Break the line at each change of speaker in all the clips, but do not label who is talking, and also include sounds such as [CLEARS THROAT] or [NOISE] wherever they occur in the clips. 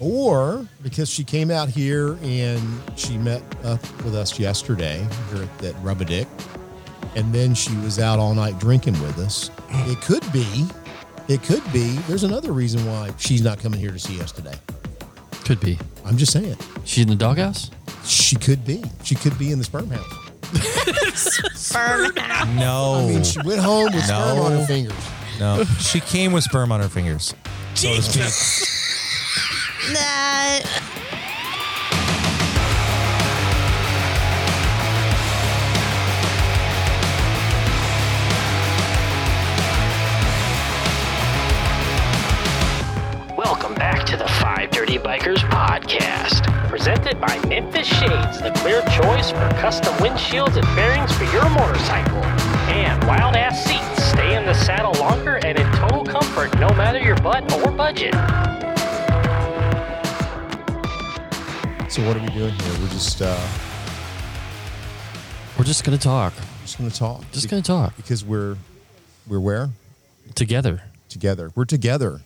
or because she came out here and she met up with us yesterday here at that Rubber Dick, and then she was out all night drinking with us. It could be, it could be. There's another reason why she's not coming here to see us today.
Could be.
I'm just saying,
She's in the doghouse?
she could be. She could be in the sperm house.
No,
I mean, she went home with sperm on her
No.
fingers.
no, she came with sperm on her fingers.
Nah.
Welcome back to the Five Dirty Bikers podcast, presented by Memphis Shades, the clear choice for custom windshields and bearings for your motorcycle. And wild ass seats stay in the saddle longer and in total comfort no matter your butt or budget.
So what are we doing here? We're just uh,
We're just going to talk.
just going to talk.
Just going to talk
because we're we're where
together
together. We're together.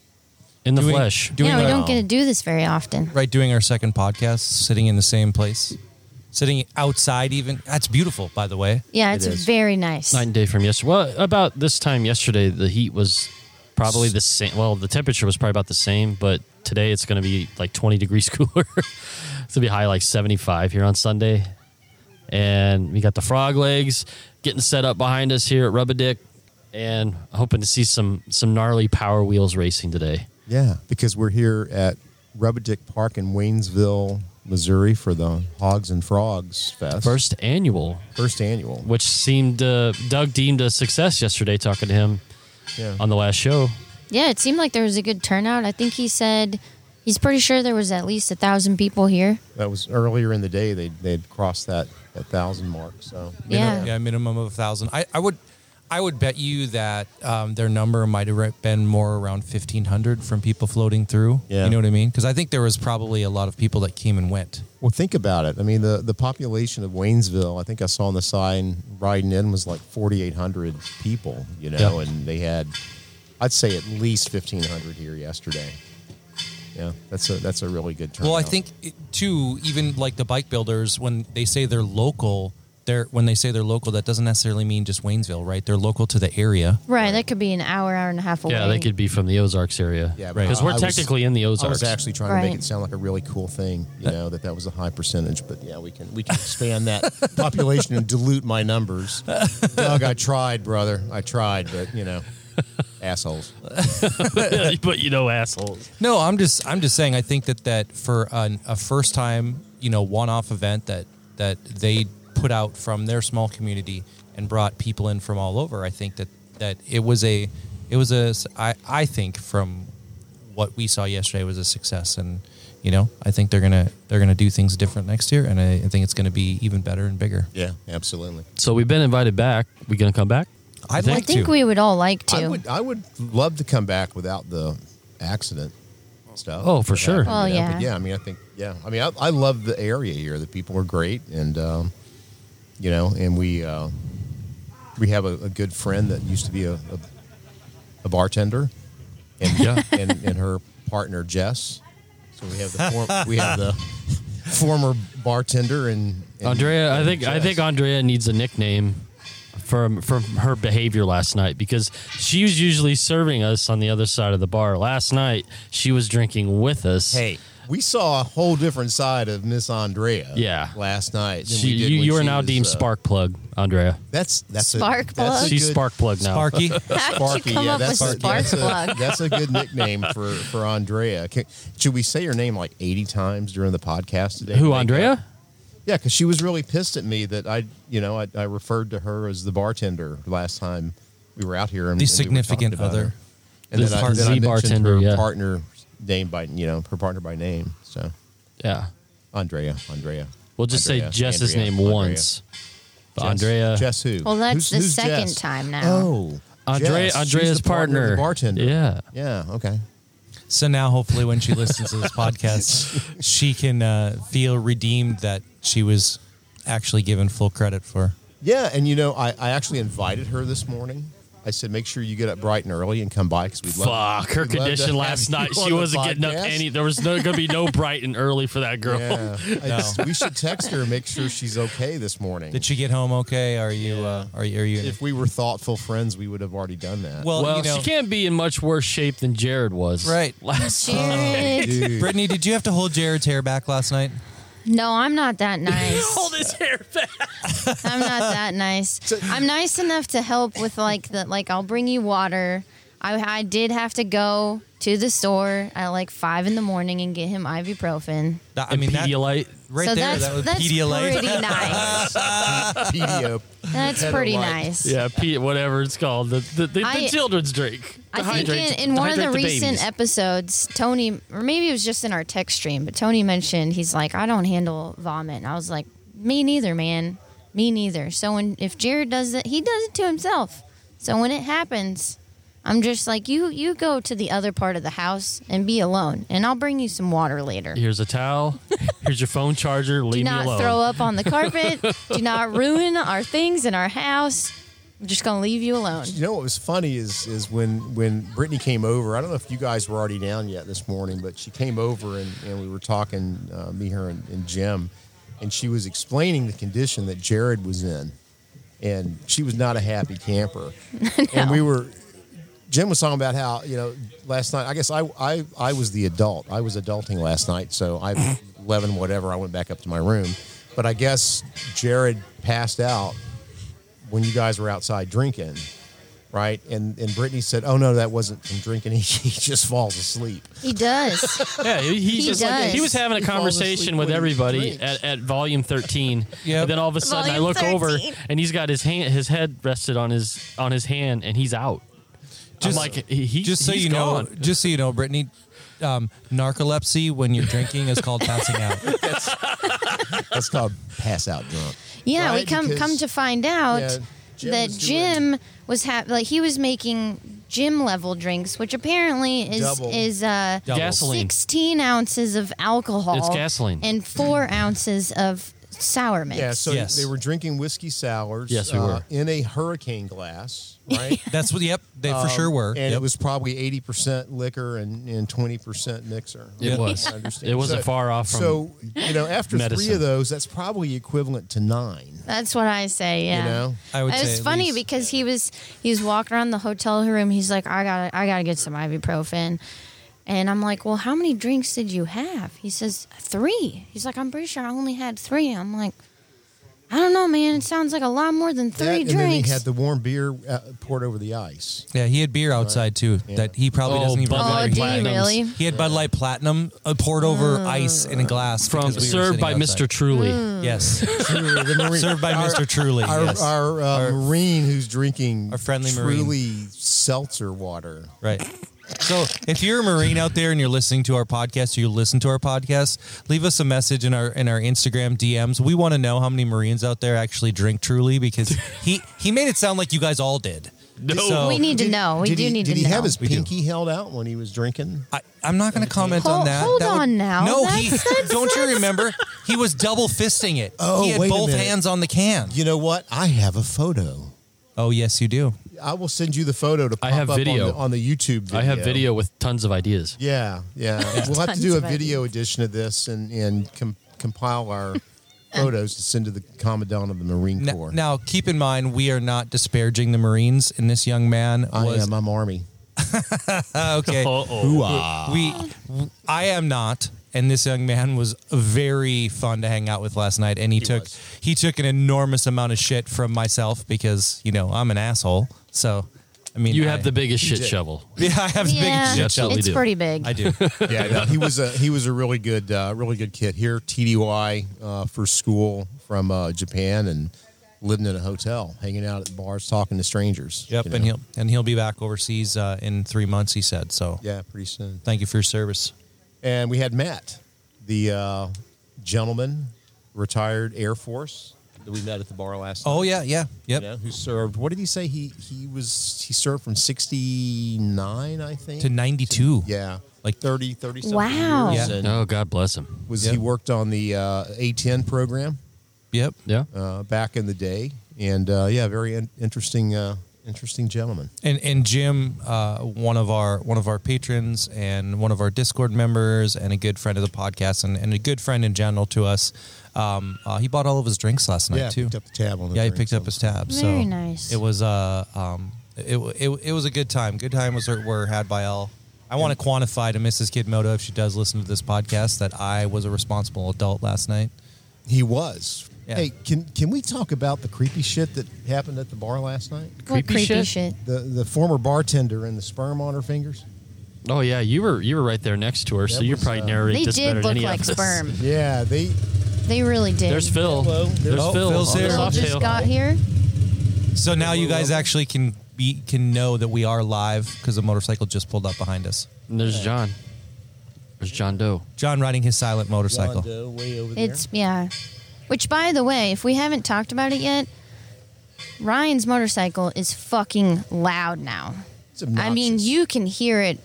in the
Doing-
flesh.
doing
yeah, we
what I-
don't get to do this very often.
right doing our second podcast, sitting in the same place, sitting outside. Even that's beautiful, by the way.
Yeah, it's
is.
very nice.
Night and day from yesterday. Well, about this time yesterday, the heat was probably the same. Well, the temperature was probably about the same, but today it's going to be like 20 degrees [LAUGHS] cooler. it's going to be high like 75 here on Sunday. And we got the frog legs getting set up behind us here at Rubber Dick and hoping to see some some gnarly power wheels racing today.
Yeah, because we're here at Rubber Dick Park in Waynesville, Missouri for the Hogs and Frogs Fest.
First annual,
first annual.
which seemed uh, Doug deemed a success yesterday talking to him
Yeah.
on the last show.
Yeah, it seemed like there was a good turnout. I think he said he's pretty sure there was at least a thousand people here.
That was earlier in the day they they'd crossed that, that thousand mark. So
Yeah.
yeah, minimum of a thousand. I, I would, I would bet you that um, their number might have been more around fifteen hundred from people floating through.
Yeah.
you know what I mean? Because I think there was probably a lot of people that came and went.
Well think about it. I mean the, the population of Waynesville, I think I saw on the sign riding in was like forty eight hundred people, you know,
Yeah.
and they had I'd say at least fifteen hundred here yesterday. Yeah, that's a that's a really good turnout.
Well, I think it, too, even like the bike builders, when they say they're local, they're when they say they're local, that doesn't necessarily mean just Waynesville, right? They're local to the area.
Right, that could be an hour, hour and a half away.
Yeah, they could be from the Ozarks area.
Yeah,
Right.
Because
I
we're
was-
technically in the Ozarks. Uh,
I was actually trying to make
Right.
it sound like a really cool thing, you know, that that was a high percentage. But yeah, we can we
[LAUGHS]
can expand that population and dilute my numbers. Doug, I tried, brother. I tried, but you know, assholes.
[LAUGHS]
[LAUGHS]
but you know, assholes.
No, I'm just I'm just saying I think that that for an, a first time, you know, one-off event that that they put out from their small community and brought people in from all over, I think that that it was a it was a s- I I think from what we saw yesterday was a success and you know, I think they're going to they're going to do things different next year and I, I think it's going to be even better and bigger.
Yeah, absolutely.
So we've been invited back. We gonna come back?
I'd
I
like
think
to.
we would all like to.
I
[LAUGHS]
would I would love to come back without the accident stuff.
Oh, for
that
sure.
happened,
Well,
you know, but
yeah.
yeah. I mean, I think yeah. I mean, I, I love the area here. The people are great, and um, you know, and we uh, we have a, a good friend that used to be a a, a bartender, and
[LAUGHS] Yeah.
and, and her partner Jess. So we have the form, we have the
[LAUGHS]
former bartender and, and
Andrea, I
and
think I
Jess.
think Andrea needs a nickname from from her behavior last night because she was usually serving us on the other side of the bar. Last night she was drinking with us.
Hey, we saw a whole different side of Miss Andrea.
Yeah.
last night. than
She,
we did
you
when
you are
she
now
was,
deemed
uh,
spark plug, Andrea.
That's that's
Spark
a, that's a
plug?
She's
good-
spark plug now.
[LAUGHS]
Sparky.
How'd you come up with
a-
spark
that's [LAUGHS] a-
plug?
that's a good nickname for for Andrea. Can, should we say her name like eighty times during the podcast today?
Who,
Make up?
Andrea?
Yeah, because she was really pissed at me that I, you know, I, I referred to her as the bartender last time we were out here. And,
The
and we were talking
significant
about
other.
her. and
The
then, I,
part-
then I
the
mentioned
bartender,
her
yeah.
partner name by you know her partner by name. So
Yeah.
Andrea, Andrea.
We'll just
Andrea,
say Jess's
Andrea,
name
Andrea.
once. But
Jess.
Andrea
Jess who?
Well, that's
Who's-
the
who's
second
Jess?
time now.
Oh,
Andrea-
Jess. She's
Andrea's
the partner, of the
partner.
bartender.
Yeah.
yeah, okay.
So now, hopefully, when she listens to this podcast, she can uh, feel redeemed that she was actually given full credit for.
Yeah, and you know, I, I actually invited her this morning I said, make sure you get up bright and early and come by because we'd love.
Fuck her
we'd love to
condition
have
last
you
night.
on
She
the
wasn't getting up
podcast."
any. There was no going to be
[LAUGHS]
no bright and early for that girl.
Yeah,
[LAUGHS]
I just- we should text her and make sure she's okay this morning.
Did she get home okay? Are you? Uh, are you? Are you?
if we were thoughtful friends, we would have already done that.
well,
Well,
you know,
she can't be in much worse shape than Jared was. [LAUGHS]
Right.
Last
Jared.
Dude,
[LAUGHS]
Brittany, did you have to hold Jared's hair back last night?
No, I'm not
[LAUGHS]
that nice.
Hold his hair back.
I'm not
[LAUGHS]
that nice. I'm nice enough to help with like the like I'll bring you water. I I did have to go to the store at like five in the morning and get him ibuprofen.
That- I mean, that,
Pedialyte.
right
so
there,
that's
that was [LAUGHS]
that's
Pedialyte.
pretty nice.
PDO.
That's pretty
Pedalite.
nice.
[LAUGHS]
Yeah, P, whatever it's called. The the, the, the
I-
children's drink.
I think
Dehydrate-
in, in one of the,
dehydrate
recent
babies.
episodes, Tony, or maybe it was just in our text stream, but Tony mentioned he's like, I don't handle vomit. And I was like, me neither, man. Me neither. So when if Jared does it, he does it to himself. So when it happens, I'm just like, you you go to the other part of the house and be alone, and I'll bring you some water later.
Here's a towel. Here's your phone charger.
Do
Leave me
not
alone.
throw up on
[LAUGHS]
the carpet. Do not ruin our things in our house. I'm just gonna leave you alone.
You know what was funny is is when when Brittany came over. I don't know if you guys were already down yet this morning, but she came over and, and we were talking, uh, me, her, and, and Jim, and she was explaining the condition that Jared was in, and she was not a happy camper, and we were. Jim was talking about how you know last night. I guess I I I was the adult. I was adulting last night, so I eleven whatever. I went back up to my room, but I guess Jared passed out when you guys were outside drinking, right? And and Brittany said, "Oh no, that wasn't from drinking. [LAUGHS] He, he just falls asleep."
He does.
Yeah, he, he
He
just
does.
he was having a
He falls asleep
conversation
when
with
he
everybody
drinks.
at, at volume thirteen.
Yep.
And then all of a sudden I
Volume
look over
13.
and he's got his hand his head rested on his on his hand and he's out. Just
Just-
like he, he
Just so
he's
you
gone.
know, just so you know, Brittany, um, narcolepsy when you're drinking is called passing out.
That's called pass out drunk.
Yeah, we
Right,
come
because-
come to find out
Yeah, Jim
that
was doing-
Jim was ha- like he was making gym level drinks, which apparently is
Double.
is uh
Double.
gasoline.
sixteen ounces of alcohol.
It's gasoline.
and four ounces of sour mix.
Yeah, so
Yes.
they were drinking whiskey sours. uh,
Yes, we were.
in a hurricane
[LAUGHS]
glass, right?
That's what. Yep, they
Um,
for sure were.
and
Yep.
it was probably eighty percent liquor and and twenty percent mixer.
It
Yeah.
was.
I understand.
It wasn't
So-
far off from.
So you know, after
medicine.
three of those, that's probably equivalent to nine.
That's what I say. Yeah,
know?
I would
It
say
was
at
funny
least.
because he was he was walking around the hotel room. He's like, I gotta I gotta get some ibuprofen, and I'm like, Well, how many drinks did you have? He says three. He's like, I'm pretty sure I only had three. I'm like, I don't know, man. It sounds like a lot more than
That,
three
and
drinks.
then he had the warm beer uh, poured over the [LAUGHS] ice.
yeah, he had beer outside too that he probably
Oh,
doesn't even
Bud
oh,
Light
did
Platinums.
he really?
He had Bud Light Platinum uh, poured over
Mm.
ice in a glass
from
because we were
served
sitting
by
outside. Mm.
Mr. Truly.
[LAUGHS]
Yes, served by Mr. Truly.
Our,
yes.
our, uh, marine who's drinking
our friendly
truly
Marine.
seltzer water.
Right. So if you're a Marine out there and you're listening to our podcast, or you listen to our podcast, leave us a message in our in our Instagram DMs. We want to know how many Marines out there actually drink
[LAUGHS]
truly because he he made it sound like you guys all did. No. So
We need to know. We
Oh, did
do
he,
need
Did
to
he
know.
have his
We do.
pinky held out when he was drinking?
I, I'm not going to comment on
Hold-
that.
hold
That would-
on now.
No,
That's- [LAUGHS]
he don't you remember? He was double fisting it.
Oh,
he had
wait a
both
minute.
hands on the can.
You know what? I have a photo.
Oh yes, you do.
I will send you the photo to pop
I have
up
video.
on, the, on the YouTube. Video.
I have video with tons of ideas.
Yeah,
[LAUGHS]
yeah. we'll have to
Tons
do a
of
video edition of this and and com- compile
[LAUGHS]
our photos to send to the commandant of the Marine
Now,
Corps.
now, keep in mind, we are not disparaging the Marines. And this young man
I
was
am. I'm Army.
Uh,
[LAUGHS]
okay. we I am not and this young man was very fun to hang out with last night and he, took
was.
he took an enormous amount of shit from myself because you know I'm an asshole so I mean
You
I-
have the biggest shit
did.
shovel.
yeah [LAUGHS] I have the biggest
yeah,
shit
That's what we
shovel
it's
do.
pretty big.
[LAUGHS]
I do
yeah, no, he was a he was a really good uh, really good kid here. TDY uh, for school from uh, Japan and living in a hotel, hanging out at bars, talking to strangers.
yep
you
and
know.
he'll and he'll be back overseas uh, in three months he said so
yeah, pretty soon.
thank you for your service
And we had Matt, the uh, gentleman, retired Air Force that we met at the bar last.
oh yeah yeah yep
you know, who served? What did he say? He he was he served from sixty nine, I think,
to 92
yeah, like
Like-
30, 30 something
Wow.
years.
Yeah.
And
Oh, God bless him.
was
Yeah.
he worked on the uh, A ten program?
yep
Yeah.
uh, back in the day, and uh, yeah, very in- interesting uh, Interesting gentleman.
And and Jim, uh, one of our one of our patrons and one of our Discord members and a good friend of the podcast and, and a good friend in general to us. Um, uh, he bought all of his drinks last night
yeah,
too.
picked up the tab on the
yeah, he
drink,
picked
so-
up his tab. so
Very nice.
It was uh um it, it, it was a good time. Good time was were had by all. I want to quantify to Mrs. Kidmoto if she does listen to this podcast that I was a responsible adult last night.
He was.
Yeah.
Hey, can can we talk about the creepy shit that happened at the bar last night?
What
creepy
creepy
shit?
shit?
The the former bartender and the sperm on her fingers.
Oh yeah, you were you were right there next to her, so
That
you're
was,
probably
uh,
narrating
They
this better
did
than
look
any of
like
us.
sperm.
Yeah, they.
They really did.
There's Phil.
Hello.
There's
Oh,
Phil.
Phil's
on the
here.
Phil
soft
just
tail.
got here.
So now you guys actually can be can know that we are live because a motorcycle just pulled up behind us.
And there's John. There's John Doe.
John riding his silent motorcycle.
Way over
It's yeah. Which by the way, if we haven't talked about it yet, Ryan's motorcycle is fucking loud now.
It's obnoxious.
I mean, you can hear it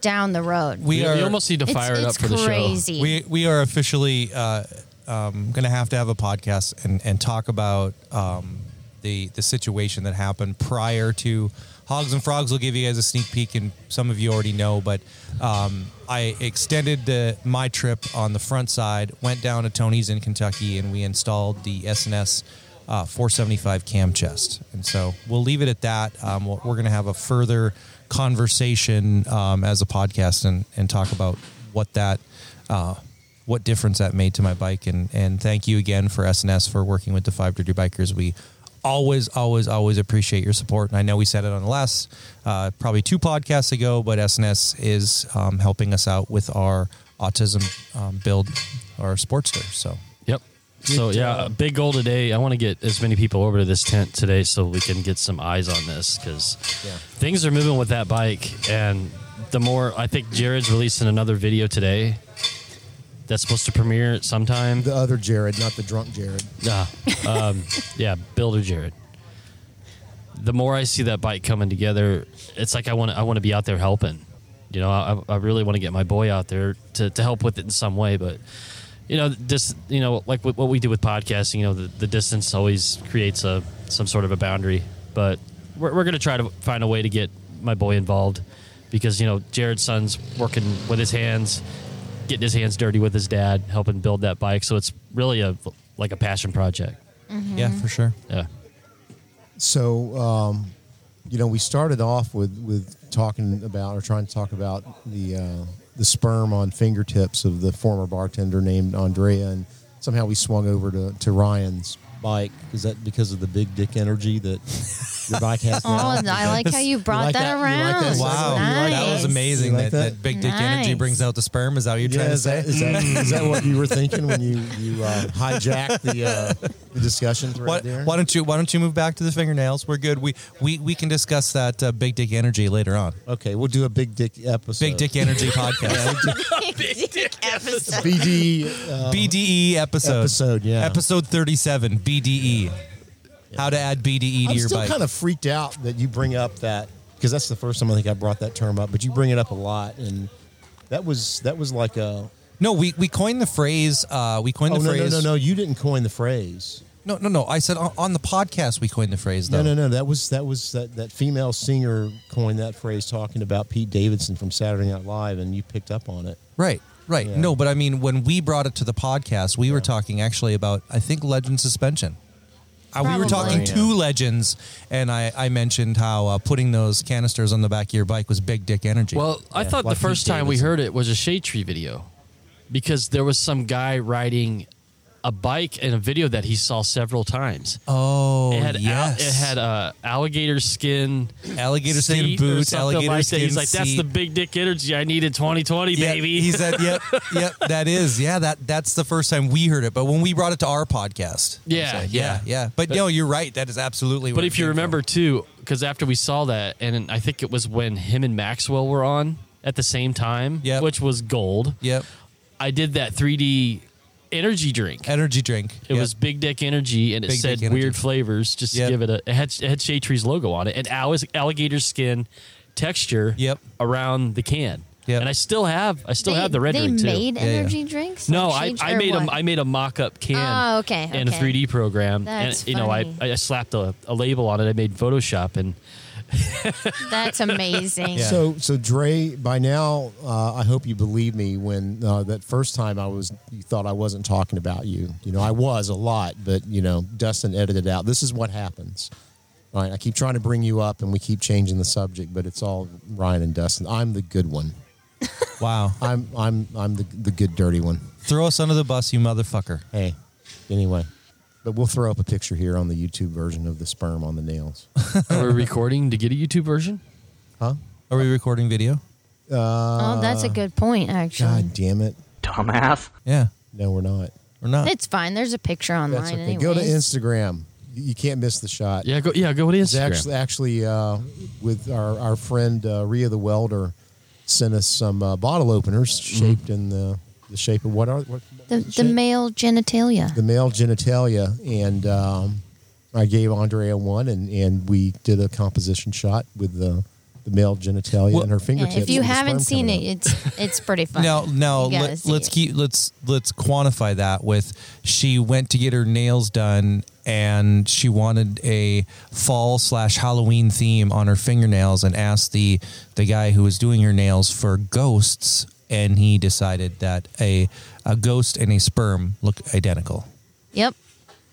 down the road.
We
You,
are
you almost need to
it's,
fire it up
it's
for the show.
crazy.
we we are officially uh, um, going to have to have a podcast and and talk about um, the the situation that happened prior to Hogs and Frogs. Will give you guys a sneak peek, and some of you already know, but um, I extended the, my trip on the front side, went down to Tony's in Kentucky, and we installed the SNS. Uh, 475 cam chest. And so we'll leave it at that. Um, we're going to have a further conversation um, as a podcast and, and talk about what that uh, what difference that made to my bike. And and thank you again for SNS for working with the Five Dirty Bikers. We always, always, always appreciate your support. And I know we said it on the last uh, probably two podcasts ago, but SNS is um, helping us out with our autism um, build, our Sportster. So
Yep. So yeah, a big goal today. I want to get as many people over to this tent today so we can get some eyes on this because things are moving with that bike. And the more I think Jared's releasing another video today that's supposed to premiere sometime.
the other Jared, not the drunk Jared.
Yeah. Um, [LAUGHS] yeah, Builder Jared. The more I see that bike coming together, it's like I want to I want to be out there helping. You know, I, I really want to get my boy out there to, to help with it in some way. But you know, just you know, like what what we do with podcasting, you know, the, the distance always creates a some sort of a boundary. But we're, we're gonna try to find a way to get my boy involved because you know Jared's son's working with his hands getting his hands dirty with his dad, helping build that bike. So it's really a like a passion project.
Mm-hmm.
yeah, for sure.
Yeah.
So, um, you know, we started off with with talking about or trying to talk about the uh, the sperm on fingertips of the former bartender named Andrea, and somehow we swung over to, to Ryan's bike.
Is that because of the big dick energy that your bike has
[LAUGHS] oh,
now?
I like how you brought
like that?
that,
You like
around.
that?
Wow,
nice.
that was amazing.
You like
that, that?
that?
big dick energy
Nice.
brings out the sperm. Is that what you're
Yeah,
trying to
is
say?
that, is, that, is that what you were thinking when you you uh, hijacked the uh, the discussion thread
Why,
there?
why don't you Why don't you move back to the fingernails? We're good. We we, we can discuss that uh, big dick energy later on.
Okay, we'll do a big dick episode.
Big dick
[LAUGHS]
e energy podcast,
episode.
BD uh,
BDE E episode,
episode, yeah.
episode thirty seven, BDE. E. How to add BDE to
I'm
your
still
bike?
kind of freaked out that you bring up that because that's the first time I think I brought that term up, but you bring it up a lot, and that was that was like a
no, we we coined the phrase. Uh, we coined
oh
the
no no
phrase.
no no you didn't coin the phrase
no, no, no. I said on, on the podcast we coined the phrase. Though.
no no no that was that was that that female singer coined that phrase talking about Pete Davidson from Saturday Night Live, and you picked up on it.
Right, right.
Yeah.
No, but I mean, when we brought it to the podcast, we were talking actually about I think legend suspension. Uh, we were
Probably.
talking
Yeah.
two legends, and I, I mentioned how uh, putting those canisters on the back of your bike was big dick energy.
Well, I thought
like
the first
Pete
time we
Davidson.
heard it was a shade tree video because there was some guy riding a bike in a video that he saw several times.
oh
it had al-
yes,
it had uh, alligator skin,
alligator skin
seat or
boots,
something
alligator
like
skin.
That. He's like, that's
seat."
the big dick energy I need in 2020,
Yeah,
baby.
He said, "Yep, yep, that is, yeah, that that's the first time we heard it." But when we brought it to our podcast, it was
Yeah,
like,
yeah.
yeah, yeah. But, no, you're right. That is
[LAUGHS]
absolutely.
But
where
if
it
you
came from.
remember too, because after we saw that, and I think it was when him and Maxwell were on at the same time,
Yep.
which was gold.
yep,
I did that 3D energy drink.
energy drink.
It
Yep.
was Big Dick Energy, and it
Big
said
Dick Energy.
weird flavors. Just to
Yep.
give it a it had, it had Shade Tree's logo on it, and al- alligator skin texture
Yep.
around the can.
Yep.
And I still have I still
they,
have the red
they
drink too.
made
yeah.
energy drinks.
No,
Like
I,
shade-
I
or
made a
what?
I made a mock up can.
Oh, okay,
In a
okay.
3D program,
That's
and you know I,
funny.
I slapped a, a label on it. I made Photoshop, and [LAUGHS]
That's
[LAUGHS]
amazing.
So, so Dre, by now, uh, I hope you believe me when uh, that first time I was, you thought I wasn't talking about you. You know, I was a lot, but you know, Dustin edited out. This is what happens. All right, I keep trying to bring you up, and we keep changing the subject, but it's all Ryan and Dustin. I'm the good one.
Wow.
I'm, I'm, I'm the the good dirty one.
Throw us under the bus, you motherfucker.
Hey, anyway, but we'll throw up a picture here on the YouTube version of the sperm on the nails.
we're recording to get a YouTube version.
Huh?
Are we recording video?
oh, that's a good point, actually.
God damn it!
Dumbass.
Yeah.
No, we're not.
Or not?
It's fine. There's a picture online.
That's okay. Go to Instagram. You you can't miss the shot.
Yeah, go yeah go to
It's
Instagram.
actually, actually uh, with our, our friend uh, Rhea the welder sent us some uh, bottle openers
Mm-hmm.
shaped in the, the shape of what are what,
the, the male genitalia.
the male genitalia, and um, I gave Andrea one, and, and we did a composition shot with the the male genitalia
Well-
and her
Yeah,
fingertips.
if you
with the
haven't
sperm
seen it,
coming out.
it's it's
[LAUGHS]
pretty funny.
Now, now
You gotta
let,
see
let's
it.
keep let's let's quantify that with she went to get her nails done and she wanted a fall slash Halloween theme on her fingernails and asked the the guy who was doing her nails for ghosts and he decided that a a ghost and a sperm look identical
Yep.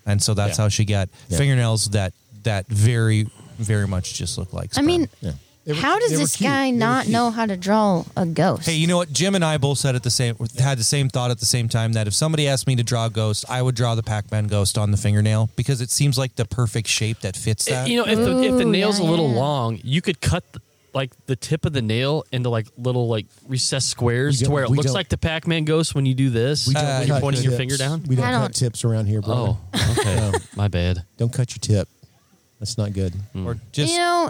and so that's
Yeah.
how she got
Yeah.
fingernails that that very very much just look like.
I
Sperm.
mean,
Yeah. They were-
how does
they were
this
cute.
guy
They were
not
cute.
know how to draw a ghost?
Hey, you know what? Jim and I both said at the same had the same thought at the same time that if somebody asked me to draw a ghost, I would draw the Pac-Man ghost on the fingernail because it seems like the perfect shape that fits that.
Uh, you know if the if the
Ooh,
nail's
yeah,
a little
yeah.
long, you could cut. The, like the tip of the nail into like little like recessed squares
We
to
don't-
where it
we
looks
don't-
like the Pac-Man ghost when you do this.
We don't
Uh,
when
cut
you're pointing your
tips.
finger down.
We don't,
I
cut
don't-
tips around here, bro.
Oh,
[LAUGHS]
okay, my bad.
Don't cut your tip. That's not good.
or just
You know,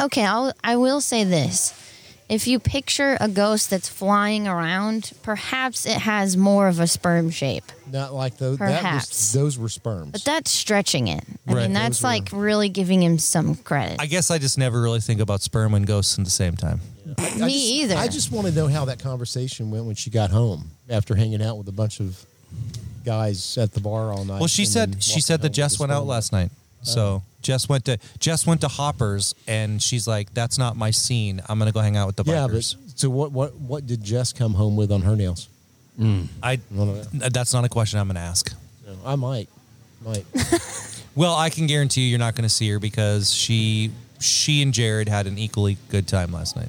okay, I'll, I will say this. If you picture a ghost that's flying around, perhaps it has more of a sperm shape.
Not like those.
Perhaps.
That was, those were sperms.
But that's stretching it. I
Right,
mean, that's
those were-
like really giving him some credit.
I guess I just never really think about sperm and ghosts at the same time.
Me
I just,
either.
I just want to know how that conversation went when she got home after hanging out with a bunch of guys at the bar all night.
Well, she
and then
said she
walking Oh.
said
home
that
with
Jess
this
went out
phone.
last night. So Jess went to Jess went to Hoppers and she's like, "That's not my scene. I'm gonna go hang out with the
Yeah,
bikers."
but so what? What? What did Jess come home with on her nails?
I [LAUGHS]
None of
that's not a question I'm gonna ask.
I might, might.
Well, I can guarantee you, you're not going to see her because she she and Jared had an equally good time last night.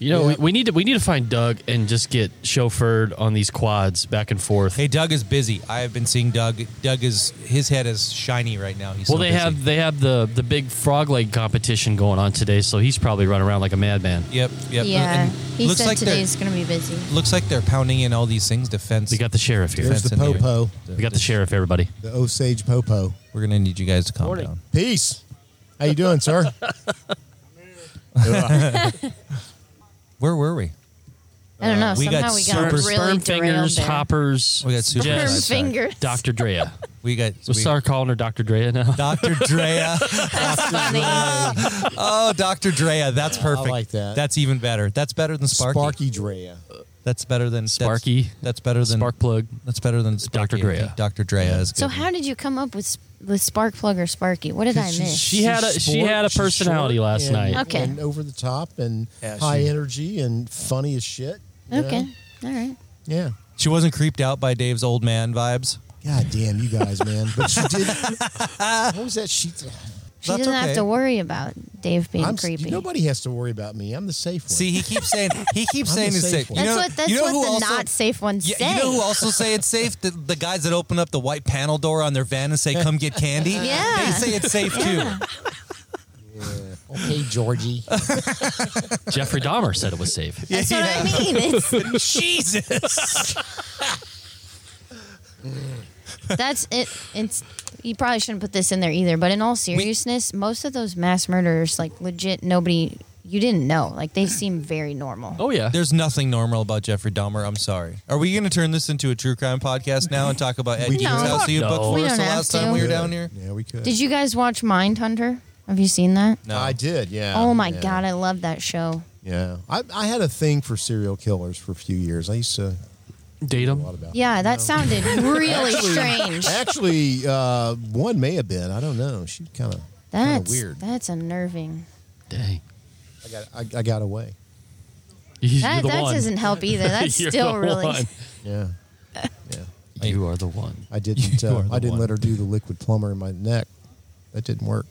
You know,
Yeah.
we, we need to we need to find Doug and just get chauffeured on these quads back and forth.
Hey, Doug is busy. I have been seeing Doug. Doug is his head is shiny right now. He's
well,
so
they
busy.
have they have the the big frog leg competition going on today, so he's probably running around like a madman.
Yep, yep.
yeah.
And
He
looks
said
like they're
today's going to be busy.
looks like they're pounding in all these things. Defense.
We got the sheriff here.
There's
That's
the
in there.
popo,
We got the sheriff. Everybody.
the Osage popo.
We're gonna need you guys to calm down.
Peace. How you doing, sir?
Where were we?
I don't know.
Uh, we got
Somehow we got
super
really
Sperm
derailed
fingers,
there.
hoppers.
We got super
Sperm
Jess,
Yes.
fingers. [LAUGHS]
Dr. Drea.
We got.
Let's
we-
start calling her Dr. Drea now. [LAUGHS]
Dr. Drea.
That's funny.
oh, Dr. Drea. That's perfect.
like that.
That's even better. That's better than [LAUGHS] Sparky.
Sparky Drea.
That's better than that's-
Sparky.
That's, better than
Spark plug.
That's better than Sparky. I
Drea.
think Dr. Drea is good.
So how did you come up with with spark plug or Sparky? What did I
She's-
miss?
She had a-
she's
she had a
she's
personality
short
last
and-
night.
Okay.
and over the top and
Yeah,
high
she-
energy and funny as shit.
uh,
you know?
okay, all right.
Yeah.
She wasn't creeped out by Dave's old man vibes.
God damn you guys, man! But she
[LAUGHS]
did. what was that? She.
She
That's
doesn't have
okay.
to worry about Dave being
I'm,
creepy.
Nobody has to worry about me. I'm the safe one.
See, he keeps saying he keeps
I'm
saying
the
it's
safe
safe.
one.
that's what that's
you know
what
who
the
also-
not safe ones
Yeah,
say.
you know
[LAUGHS]
who also say it's safe? The, the guys that open up the white panel door on their van and say, "Come get candy."
[LAUGHS] Yeah.
they say it's safe too.
okay, Georgie.
Jeffrey Dahmer said it was safe.
that's what I mean. It's,
Jesus, [LAUGHS]
that's it. It's you probably shouldn't put this in there either. But in all seriousness, most of those mass murderers, like legit, nobody you didn't know. Like they seem very normal.
Oh yeah.
[LAUGHS] there's nothing normal about Jeffrey Dahmer. I'm sorry. Are we going to turn this into a true crime podcast now and talk about Ed
We
Gein's
do.
house that you
No.
booked for
We
us
don't
the
have
last time
to.
we were [LAUGHS] down here?
Yeah, we could.
Did you guys watch Mindhunter? Have you seen that?
No,
I did. Yeah.
oh my
yeah.
god, I love that show.
Yeah, I, I had a thing for serial killers for a few years. I used to
Date
a lot
them.
about.
Yeah, that sounded really
[LAUGHS]
strange.
Actually, uh, one may have been. I don't know. She kind of
That's
weird.
That's unnerving.
Dang.
I got I, I got away.
You- You're
That,
the
that
one. [LAUGHS]
doesn't
[LAUGHS]
help either. That's
You're
still
the
really.
one.
Yeah, yeah.
[LAUGHS] You are the one.
[LAUGHS]
I didn't.
You
Uh,
are the
I didn't
one.
let her do the liquid plumber in my neck. That didn't work.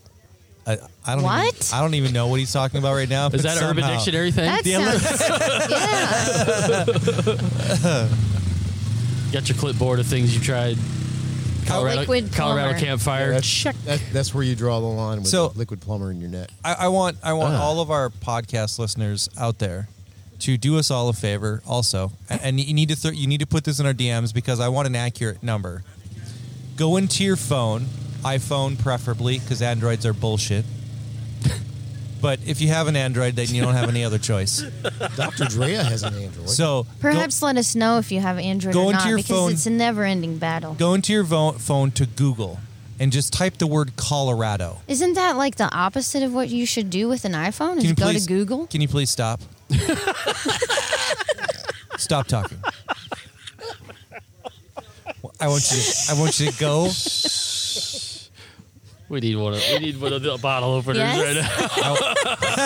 I, I don't
What?
Even, I don't even know what he's talking about right now.
Is
but
that an Urban
somehow-
Dictionary thing?
That
[LAUGHS]
sounds. yeah.
Got your clipboard of things you tried. Colorado,
liquid
Colorado
plumber.
campfire.
That-
Check.
That, that's where you draw the line with
So-
the liquid plumber in your neck.
I, I want I want
Ah.
all of our podcast listeners out there to do us all a favor. Also, and, and you need to th- you need to put this in our DMs because I want an accurate number. Go into your phone, iPhone preferably, because Androids are bullshit. [LAUGHS] but if you have an Android, then you don't have any other choice.
Dr. Drea has an android.
So go,
Perhaps let us know if you have Android
Go
or
into
not
your
because
phone.
it's a never-ending battle.
go into your vo- phone to Google and just type the word Colorado.
Isn't that like the opposite of what you should do with an iPhone?
Can
Is
you
go
please
to Google?
Can you please
[LAUGHS]
stop? stop talking. I want you. To, I want you to go.
We need one. Of, we need one of the bottle openers right now.
Yes.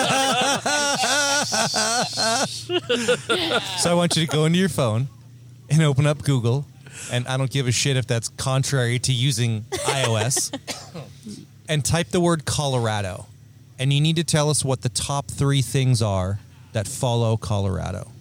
So I want you to go into your phone and open up Google. And I don't give a shit if that's contrary to using iOS. [COUGHS] and type the word Colorado. And you need to tell us what the top three things are that follow Colorado.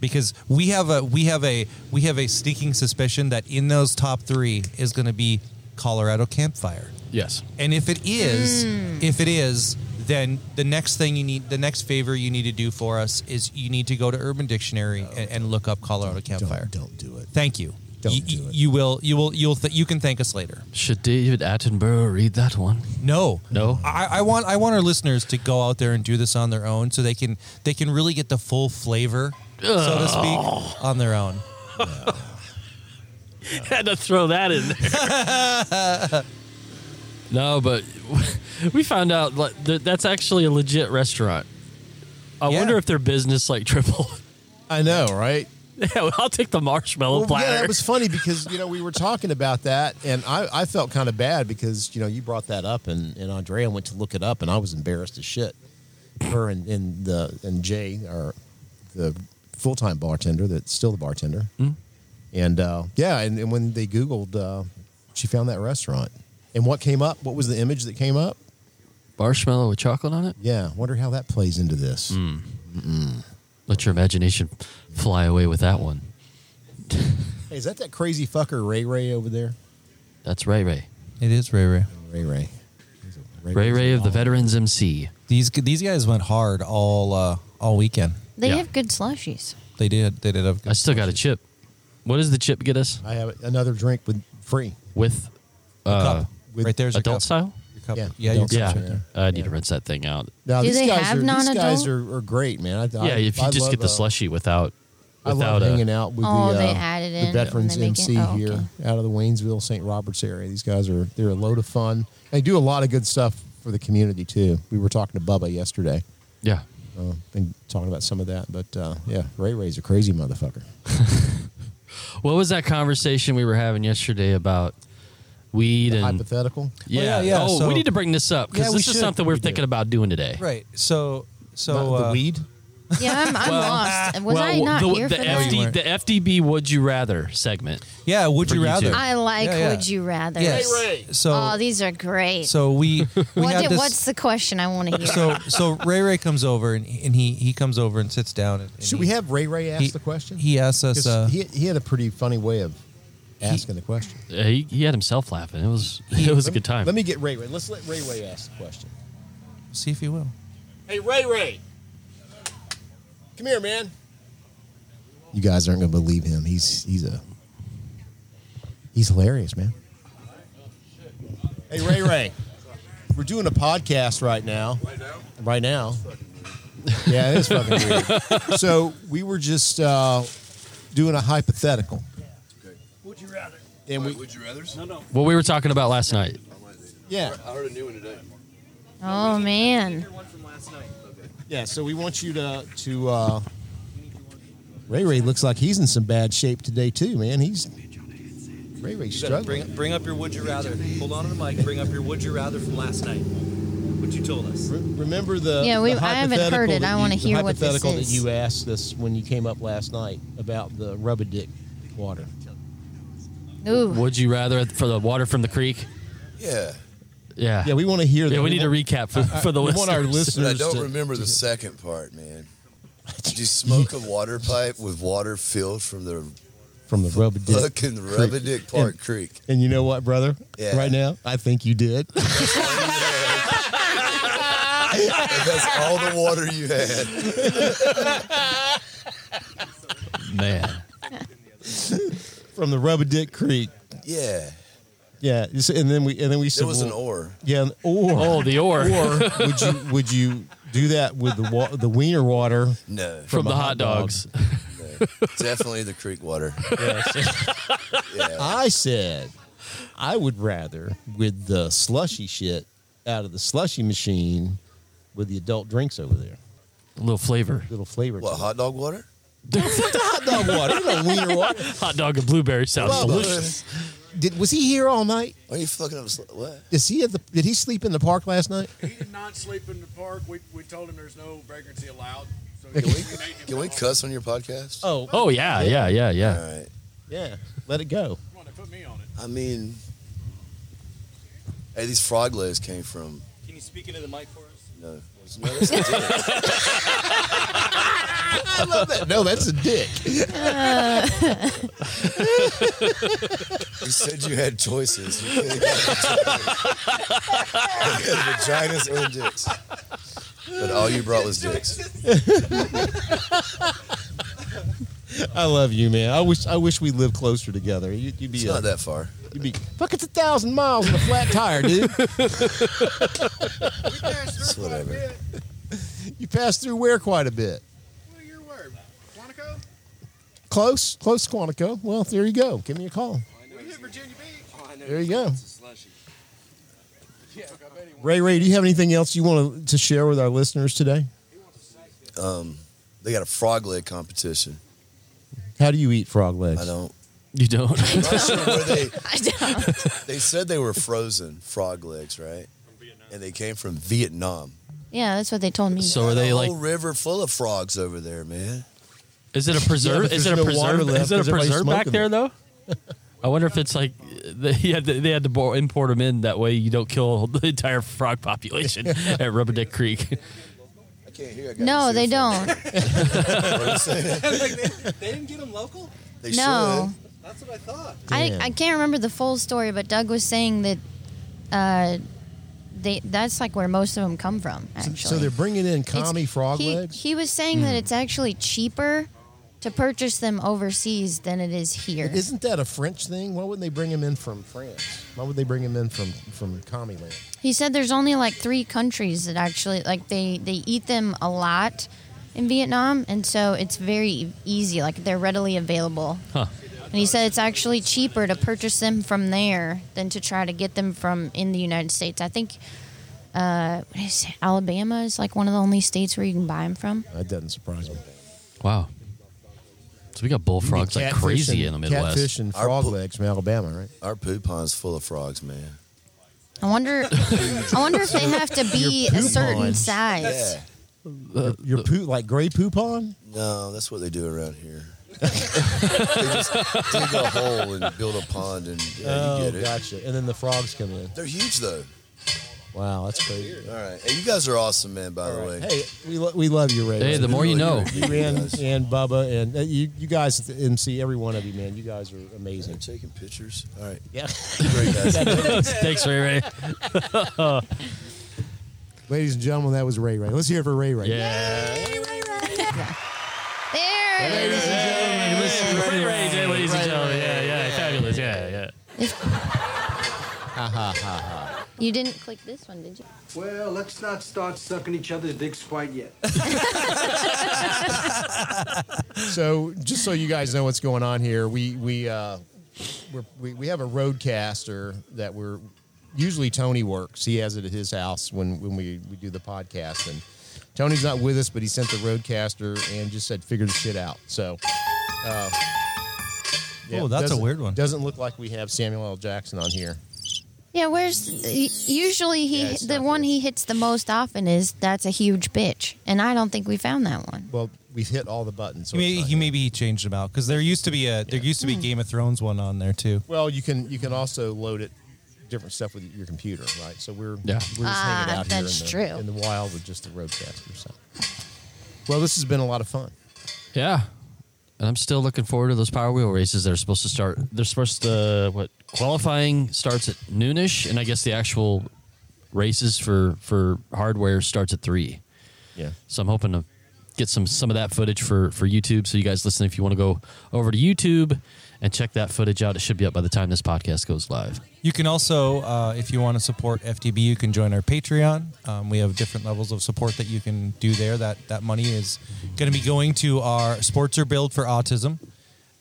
Because we have a we have a we have a sneaking suspicion that in those top three is gonna be Colorado campfire.
Yes.
And if it is, if it is, then the next thing you need, the next favor you need to do for us is you need to go to Urban Dictionary and, and look up Colorado campfire.
don't, don't do it.
Thank you.
Don't
you,
do it.
you will. You will. You'll. Th- you can thank us later.
Should David Attenborough read that one?
No,
No.
I, I want. I want our listeners to go out there and do this on their own, so they can. They can really get the full flavor, so to speak, on their own.
[LAUGHS] Had to throw that in there. [LAUGHS] no, but [LAUGHS] we found out like, that that's actually a legit restaurant. I
Yeah.
wonder if their business like [LAUGHS] triple.
I know, right?
yeah, well, I'll take the marshmallow
Well,
platter.
yeah, that was funny because you know we were talking about that, and I, I felt kind of bad because you know you brought that up, and and Andrea went to look it up, and I was embarrassed as shit. Her and, and the and Jay are the full time bartender that's still the bartender, and uh, yeah, and, and when they Googled, uh, she found that restaurant, and what came up? What was the image that came up?
marshmallow with chocolate on it.
Yeah, wonder how that plays into this.
Let your imagination fly away with that one.
Hey, is that that crazy fucker Ray Ray over there?
That's Ray Ray.
It is Ray Ray.
Ray Ray.
Ray Ray of the Veterans MC.
These these guys went hard all uh, all weekend.
They
Yeah.
have
[LAUGHS]
good slushies.
They did. They did. Have
I still got a chip. What does the chip get us
I have another drink with free.
with?
cup.
with
right there's your
adult
cup.
style?
Your cup.
Yeah.
Yeah. your
Adult
cup's
Yeah,
style.
right there.
I need to rinse that thing out.
Now,
Do
these
they
guys
have
are, These guys
non-adult?
are, are great, man. I, I,
yeah, if you
I
just
love,
get the
uh,
slushy without,
I love
without a,
hanging out with
Oh,
the, uh,
they added in
the
when
veterans
they make it-
MC
oh,
here
okay.
out of the Waynesville St. Roberts area. These guys are they're a load of fun. They do a lot of good stuff for the community too. We were talking to Bubba yesterday.
yeah.
Uh, been talking about some of that, but uh, yeah, Ray Ray's a crazy motherfucker.
What was that conversation we were having yesterday about weed and?
Hypothetical.
yeah,
Oh, yeah, yeah,
Oh,
so-
we need to bring this up because
Yeah, we
this is
should.
something we're
We do.
thinking about doing today.
Right. So so
Not the
uh,
weed.
Yeah, I'm, I'm lost. Was I not
the,
here
the
for that?
FD, the FDB Would You Rather segment.
Yeah, would
For
you
you
rather?
too.
I like
Yeah, yeah.
Would You Rather.
yes. So
oh, these are great.
so
[LAUGHS]
we we
what
had
did,
this.
what's the question I want to hear?
so so Ray Ray comes over and, and he he comes over and sits down. And, and
Should
he-
we have Ray Ray ask
he-
the question?
He asks
'Cause
us. Uh,
he, he had a pretty funny way of asking the question.
Uh, he, he had himself laughing. It was it was a good time.
Let me get Ray Ray. Let's let Ray Ray ask the question.
see if he will.
Hey, Ray Ray. Come here, man. You guys aren't going to believe him. He's he's a he's hilarious, man. Hey, Ray Ray. We're doing a podcast right now. Right now. Yeah, [LAUGHS] it is fucking weird. So we were just uh, doing a hypothetical,
Would you rather?
and we
Would you rather? No, no.
what we were talking about last night.
yeah.
I heard a new one today.
oh man,
One from last night. Okay.
Yeah, so we want you to to. Uh, Ray Ray looks like he's in some bad shape today too, man. He's Ray Ray's
You better
struggling.
Bring, bring up your would you rather. Hold on to the mic. Bring up your would you rather from last night. What you told us.
Re- Remember the
Yeah, we-
the
I haven't
hypothetical
heard it.
that
I
you-
wanna
the
hear what this
hypothetical
is.
that you asked us when you came up last night about the rubber dick water.
Ooh,
Would you rather for the water from the creek?
Yeah.
Yeah.
Yeah, we want to hear that.
yeah, we need a recap for, for the
we
listeners.
want our
But I
listeners.
don't
to-
remember the second part, man. Did you smoke a water pipe with water filled from the
from the rubber dick.
fucking Rubberdick Park Creek? [LAUGHS]
And you know what, brother?
Yeah.
Right now, I think you did. [LAUGHS]
And that's all the water you had.
Man.
from the rubber dick creek.
Yeah.
Yeah, you see- and then we and then we said
There was an
well,
ore.
Yeah, an or
Oh, the
[LAUGHS]
ore
or would you would you do that with the wa- the wiener water?
No.
from,
a
the
hot
hot dogs.
no. [LAUGHS] Definitely the creek water. [LAUGHS] Yeah.
I said I would rather with the slushy shit out of the slushy machine with the adult drinks over there.
A little flavor.
Little flavor. to
What, hot dog water?
it. hot dog water? [LAUGHS] You know, wiener water.
Hot dog and blueberry sounds
Well,
delicious.
Did was he here all night?
Why are you fucking up? sl- What?
Is he at the? Did he sleep in the park last night?
He did not sleep in the park. We, we told him there's no vagrancy allowed. So
Can we, can we cuss on your podcast?
Oh,
Oh yeah, yeah, yeah,
All
yeah.
right.
yeah. Let it go.
Come on, they put me on it.
I mean, hey, these frog legs came from.
Can you speak into the mic for us?
No, no, that's a dick.
I love that. [LAUGHS] No, that's a dick.
you said you had choices. You couldn't have vaginas or dicks. But all you brought was dicks.
I love you, man. I wish I wish we lived closer together. You, you'd be
It's
a-
not that far.
you'd be fuck. It's a thousand miles in a flat tire, dude.
It's whatever.
you pass through where quite a bit.
What are your words? Quantico?
Close, close, Quantico. Well, there you go. Give me a call.
We hit Virginia Beach.
There you go.
Yeah, I bet he wants
Ray, Ray, do you have anything else you want to, to share with our listeners today?
Um, they got a frog leg competition.
How do you eat frog legs?
I don't.
You don't.
I'm [LAUGHS] not sure where they.
[LAUGHS] I don't.
They said they were frozen frog legs, right? And they came from Vietnam.
Yeah, that's what they told me.
So are they
a
like?
whole river full of frogs over there, man?
Is it a
Yeah,
preserve?
but
is it a
there's no water
preserve?
left
Is it a
'cause everybody's
preserve back
smoking
there
it.
though? I wonder if it's like they [LAUGHS] they had to, they had to bo- import them in that way you don't kill [LAUGHS] the entire frog population at Rubber Dick Creek.
I can't hear. I got
no, they
this earphone.
don't.
like, they, they didn't get them local?
[LAUGHS] They
No.
should.
That's what I
[LAUGHS]
thought.
I,
Damn.
I can't remember the full story, but Doug was saying that uh, they that's like where most of them come from. Actually,
So they're bringing in
It's-
commie frog
he,
legs.
He was saying that it's actually cheaper to purchase them overseas than it is here.
Isn't that a French thing? Why wouldn't they bring them in from France? Why would they bring them in from from commie land?
He said there's only like three countries that actually like they they eat them a lot in Vietnam, and so it's very easy. Like they're readily available. And he said it's actually cheaper to purchase them from there than to try to get them from in the United States. I think uh, what is it? Alabama is like one of the only states where you can buy them from.
That doesn't surprise me.
[LAUGHS] Wow. So we got bullfrogs like
Catfish
crazy
and-
in the Midwest.
Catfish and
Our
frog
po-
legs from Alabama, right?
Our poo pond's full of frogs, man.
I wonder. I wonder if they have [LAUGHS] to be a certain
coupons.
size.
Yeah.
Your poo, like gray poupon?
No, that's what they do around here. [LAUGHS] they just dig a hole and build a pond, and yeah, you get it.
Oh, gotcha. And then the frogs come in.
They're huge, though.
Wow, that's crazy.
All right. Hey, you guys are awesome, man, by the way.
Hey, we, lo- we love you, Ray.
Hey, the more you know.
you and, and Bubba and uh, you, you guys at the MC, every one of you, man, you guys are
They're
amazing.
taking pictures. All right.
Yeah.
Great, guys.
[LAUGHS] Thanks, Ray Ray.
Ladies and gentlemen, that was Ray Ray. Let's hear it for Ray Ray.
Yeah.
There it is.
Ray Ray, Ray, ladies and gentlemen. Yeah, yeah, fabulous. Yeah, yeah.
You didn't click this one, did you?
Well, let's not start sucking each other's dicks quite yet.
So, just so you guys know what's going on here, we we uh, we're, we we have a roadcaster that we're usually Tony works. He has it at his house when when we, we do the podcast, and Tony's not with us, but he sent the roadcaster and just said, "Figure the shit out." So, uh,
Oh, that's a
doesn't-
weird one.
Doesn't look like we have Samuel L. Jackson on here.
Yeah, where's usually he
Yeah, it's
the
not
one
there.
he hits the most often is that's a huge bitch, and I don't think we found that one.
Well, we've hit all the buttons. so it's
Maybe
not
he
here.
maybe he changed them out because there used to be a there used to
Hmm.
be Game of Thrones one on there too.
Well, you can you can also load it different stuff with your computer, right? So we're
Yeah.
we're just hanging
Ah,
out
that's
here in the,
true.
in the wild with just the roadcaster. So, well, this has been a lot of fun.
Yeah. And I'm still looking forward to those power wheel races that are supposed to start. They're supposed to what qualifying starts at noonish, and I guess the actual races for for hardware starts at three.
Yeah.
So I'm hoping to get some some of that footage for for YouTube. So you guys listen if you want to go over to YouTube and check that footage out. It should be up by the time this podcast goes live.
You can also, uh, if you want to support FTB, you can join our Patreon. Um, we have different levels of support that you can do there. That that money is going to be going to our Sports or Build for Autism.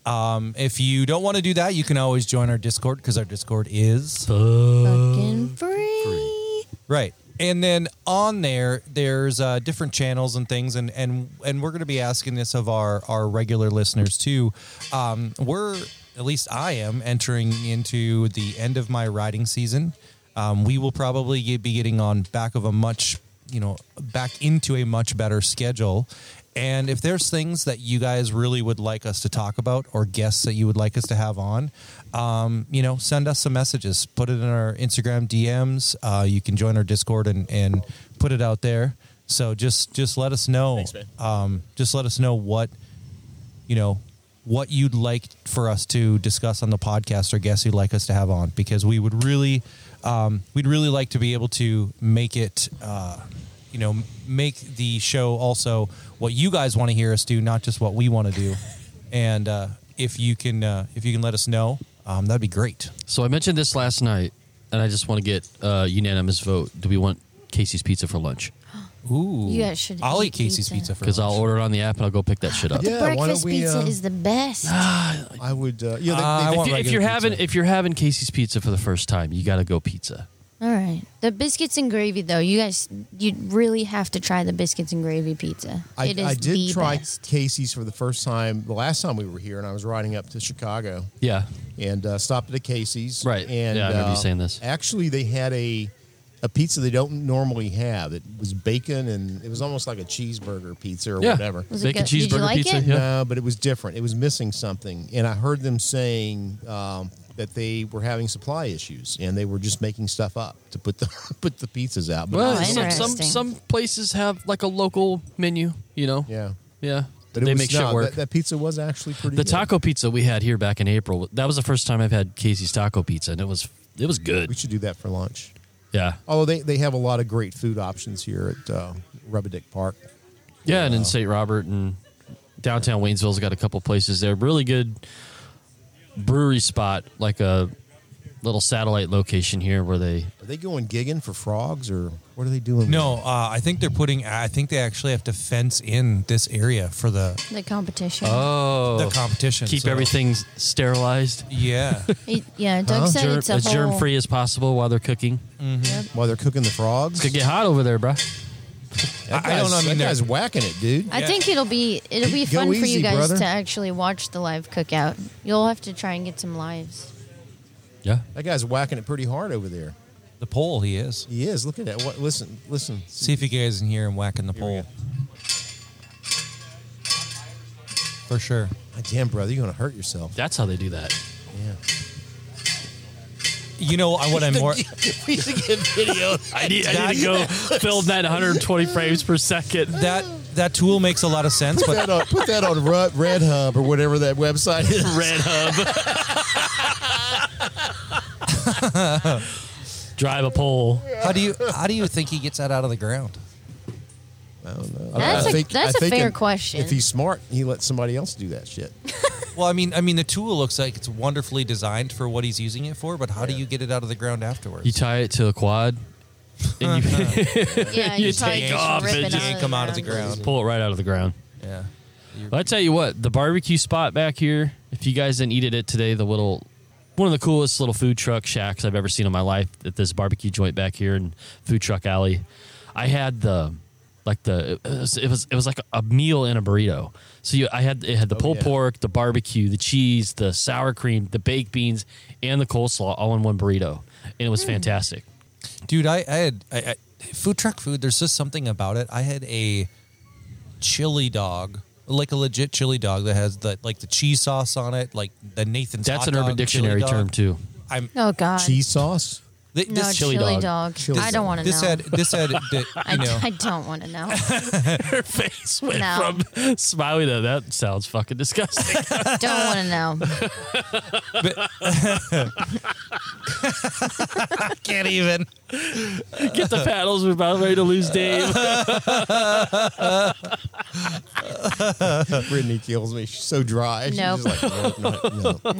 Um, if you don't want to do that, you can always join our Discord because our Discord is
Fucking free.
Right. And then on there, there's uh, different channels and things, and and and we're going to be asking this of our our regular listeners too. Um, we're at least I am entering into the end of my riding season. Um, we will probably get, be getting on back of a much you know back into a much better schedule. And if there's things that you guys really would like us to talk about or guests that you would like us to have on, um, you know, send us some messages. Put it in our Instagram DMs. Uh, you can join our Discord and, and put it out there. So just just let us know.
man.
um, just let us know what you know what you'd like for us to discuss on the podcast or guests you'd like us to have on because we would really um, we'd really like to be able to make it uh, you know make the show also what you guys want to hear us do not just what we want
[LAUGHS]
to do and uh, if you can uh, if you can let us know um, that'd be great
So I mentioned this last night, and I just want to get uh, unanimous vote. Do we want Casey's pizza for lunch?
ooh
You guys should
i'll eat,
eat
casey's
pizza.
pizza for
Because I'll
lunch.
order it on the app and I'll go pick that shit up.
Yeah, why don't
Breakfast
we,
pizza
um,
is
[GASPS]
the best.
I would. Uh, yeah, they,
Uh,
Ah.
they-
I
if,
want
you, if
regular
you're
pizza.
having if you're having Casey's pizza for the first time, you got to go pizza.
All right, the biscuits and gravy though, you guys, you really have to try the biscuits and gravy pizza.
I,
it is
I did
the
try
best.
Casey's for the first time the last time we were here, and I was riding up to Chicago
Yeah,
and uh, stopped at a Casey's.
Right.
And
Yeah, I remember you
uh,
saying this.
Actually, they had a a pizza they don't normally have. It was bacon, and it was almost like a cheeseburger pizza or
yeah.
whatever.
Was it
Bacon
good? Did you
cheeseburger
like
pizza.
it?
Yeah.
No, but it was different. It was missing something, and I heard them saying um, that they were having supply issues and they were just making stuff up to put the [LAUGHS] put the pizzas out. But
Well,
Oh,
some, some
interesting.
some places have like a local menu, you know.
yeah,
yeah.
but it
they
was
make
not-
shit work.
That, that pizza was actually pretty.
the
good.
taco pizza we had here back in April. That was the first time I've had Casey's taco pizza, and it was it was
We
good.
should do that for lunch.
Yeah,
Although they, they have a lot of great food options here at uh, Rubberdick Park.
yeah. And in St. Robert and downtown Waynesville's got a couple places. They're really good brewery spot, like a little satellite location here where they
Are they going gigging for frogs or what are they doing?
no uh, i think they're putting i think they actually have to fence in this area for the
The competition.
Uh,
oh
the competition
keep
so-
everything s- sterilized, [LAUGHS]
yeah
It- yeah, Doug said
germ,
it's a
as
whole,
germ free as possible while they're cooking.
while they're cooking the frogs.
Could get hot over there, bruh.
That
I- I don't know, I
guy's- that
mean, they're-
guy's whacking it, dude.
I
Yeah.
think it'll be it'll be
Go
fun for
easy,
you guys
brother.
to actually watch the live cookout. You'll have to try and get some lives.
Yeah.
That guy's whacking it pretty hard over there.
the pole he is
He is. Look at that. What? Listen, listen.
See if you guys can hear him whacking the
we
pole. For sure.
God damn, brother, you're gonna hurt yourself.
That's how they do that.
Yeah.
You know I- what I'm more.
we should get video.
I need, I need to [LAUGHS] go film that 120 frames per second.
That that tool makes a lot of sense,
Put
but
that on, put that on Ru- Red Hub or whatever that website is.
[LAUGHS] Red hub. Drive a pole.
how do you how do you think he gets that out of the ground?
That's
I
a
think-
that's
I
a
think
fair
if-
question.
If he's smart, he lets somebody else do that shit.
Well, I mean, I mean, the tool looks like it's wonderfully designed for what he's using it for, but how do you get it out of the ground afterwards?
You tie it to a quad [LAUGHS] and you
[LAUGHS]
yeah,
you
you probably
take
just
off
rip
and
it
just
out of
come out of the ground.
pull it right out of the ground.
yeah.
Well, I tell you what, the barbecue spot back here, if you guys didn't eat at it today, the little one of the coolest little food truck shacks I've ever seen in my life at this barbecue joint back here in Food Truck Alley. I had the like the it was it was, it was like a meal in a burrito. So you, I had it had
Oh,
the pulled
yeah.
pork, the barbecue, the cheese, the sour cream, the baked beans, and the coleslaw all in one burrito, and it was
Mm.
fantastic.
dude i, I had I, I, food truck food there's just something about it i had a chili dog like a legit chili dog that has the like the cheese sauce on it like the nathan's
That's
hot
an Urban
dog, chili
Dictionary
dog.
term too.
i'm
Oh God.
Cheese sauce?
thi-
No,
this
chili
chili,
dog.
dog.
Chili
I don't want to know.
this had this
[LAUGHS]
had the,
I,
you know
I don't want to know.
Her face went
No.
from smiling to that sounds fucking disgusting. [LAUGHS]
don't want to know.
[LAUGHS] can't even
Get the paddles, we're about ready to lose Dave.
Brittany kills me. She's so dry. She's
Nope.
just like, no, no,
[LAUGHS]
no.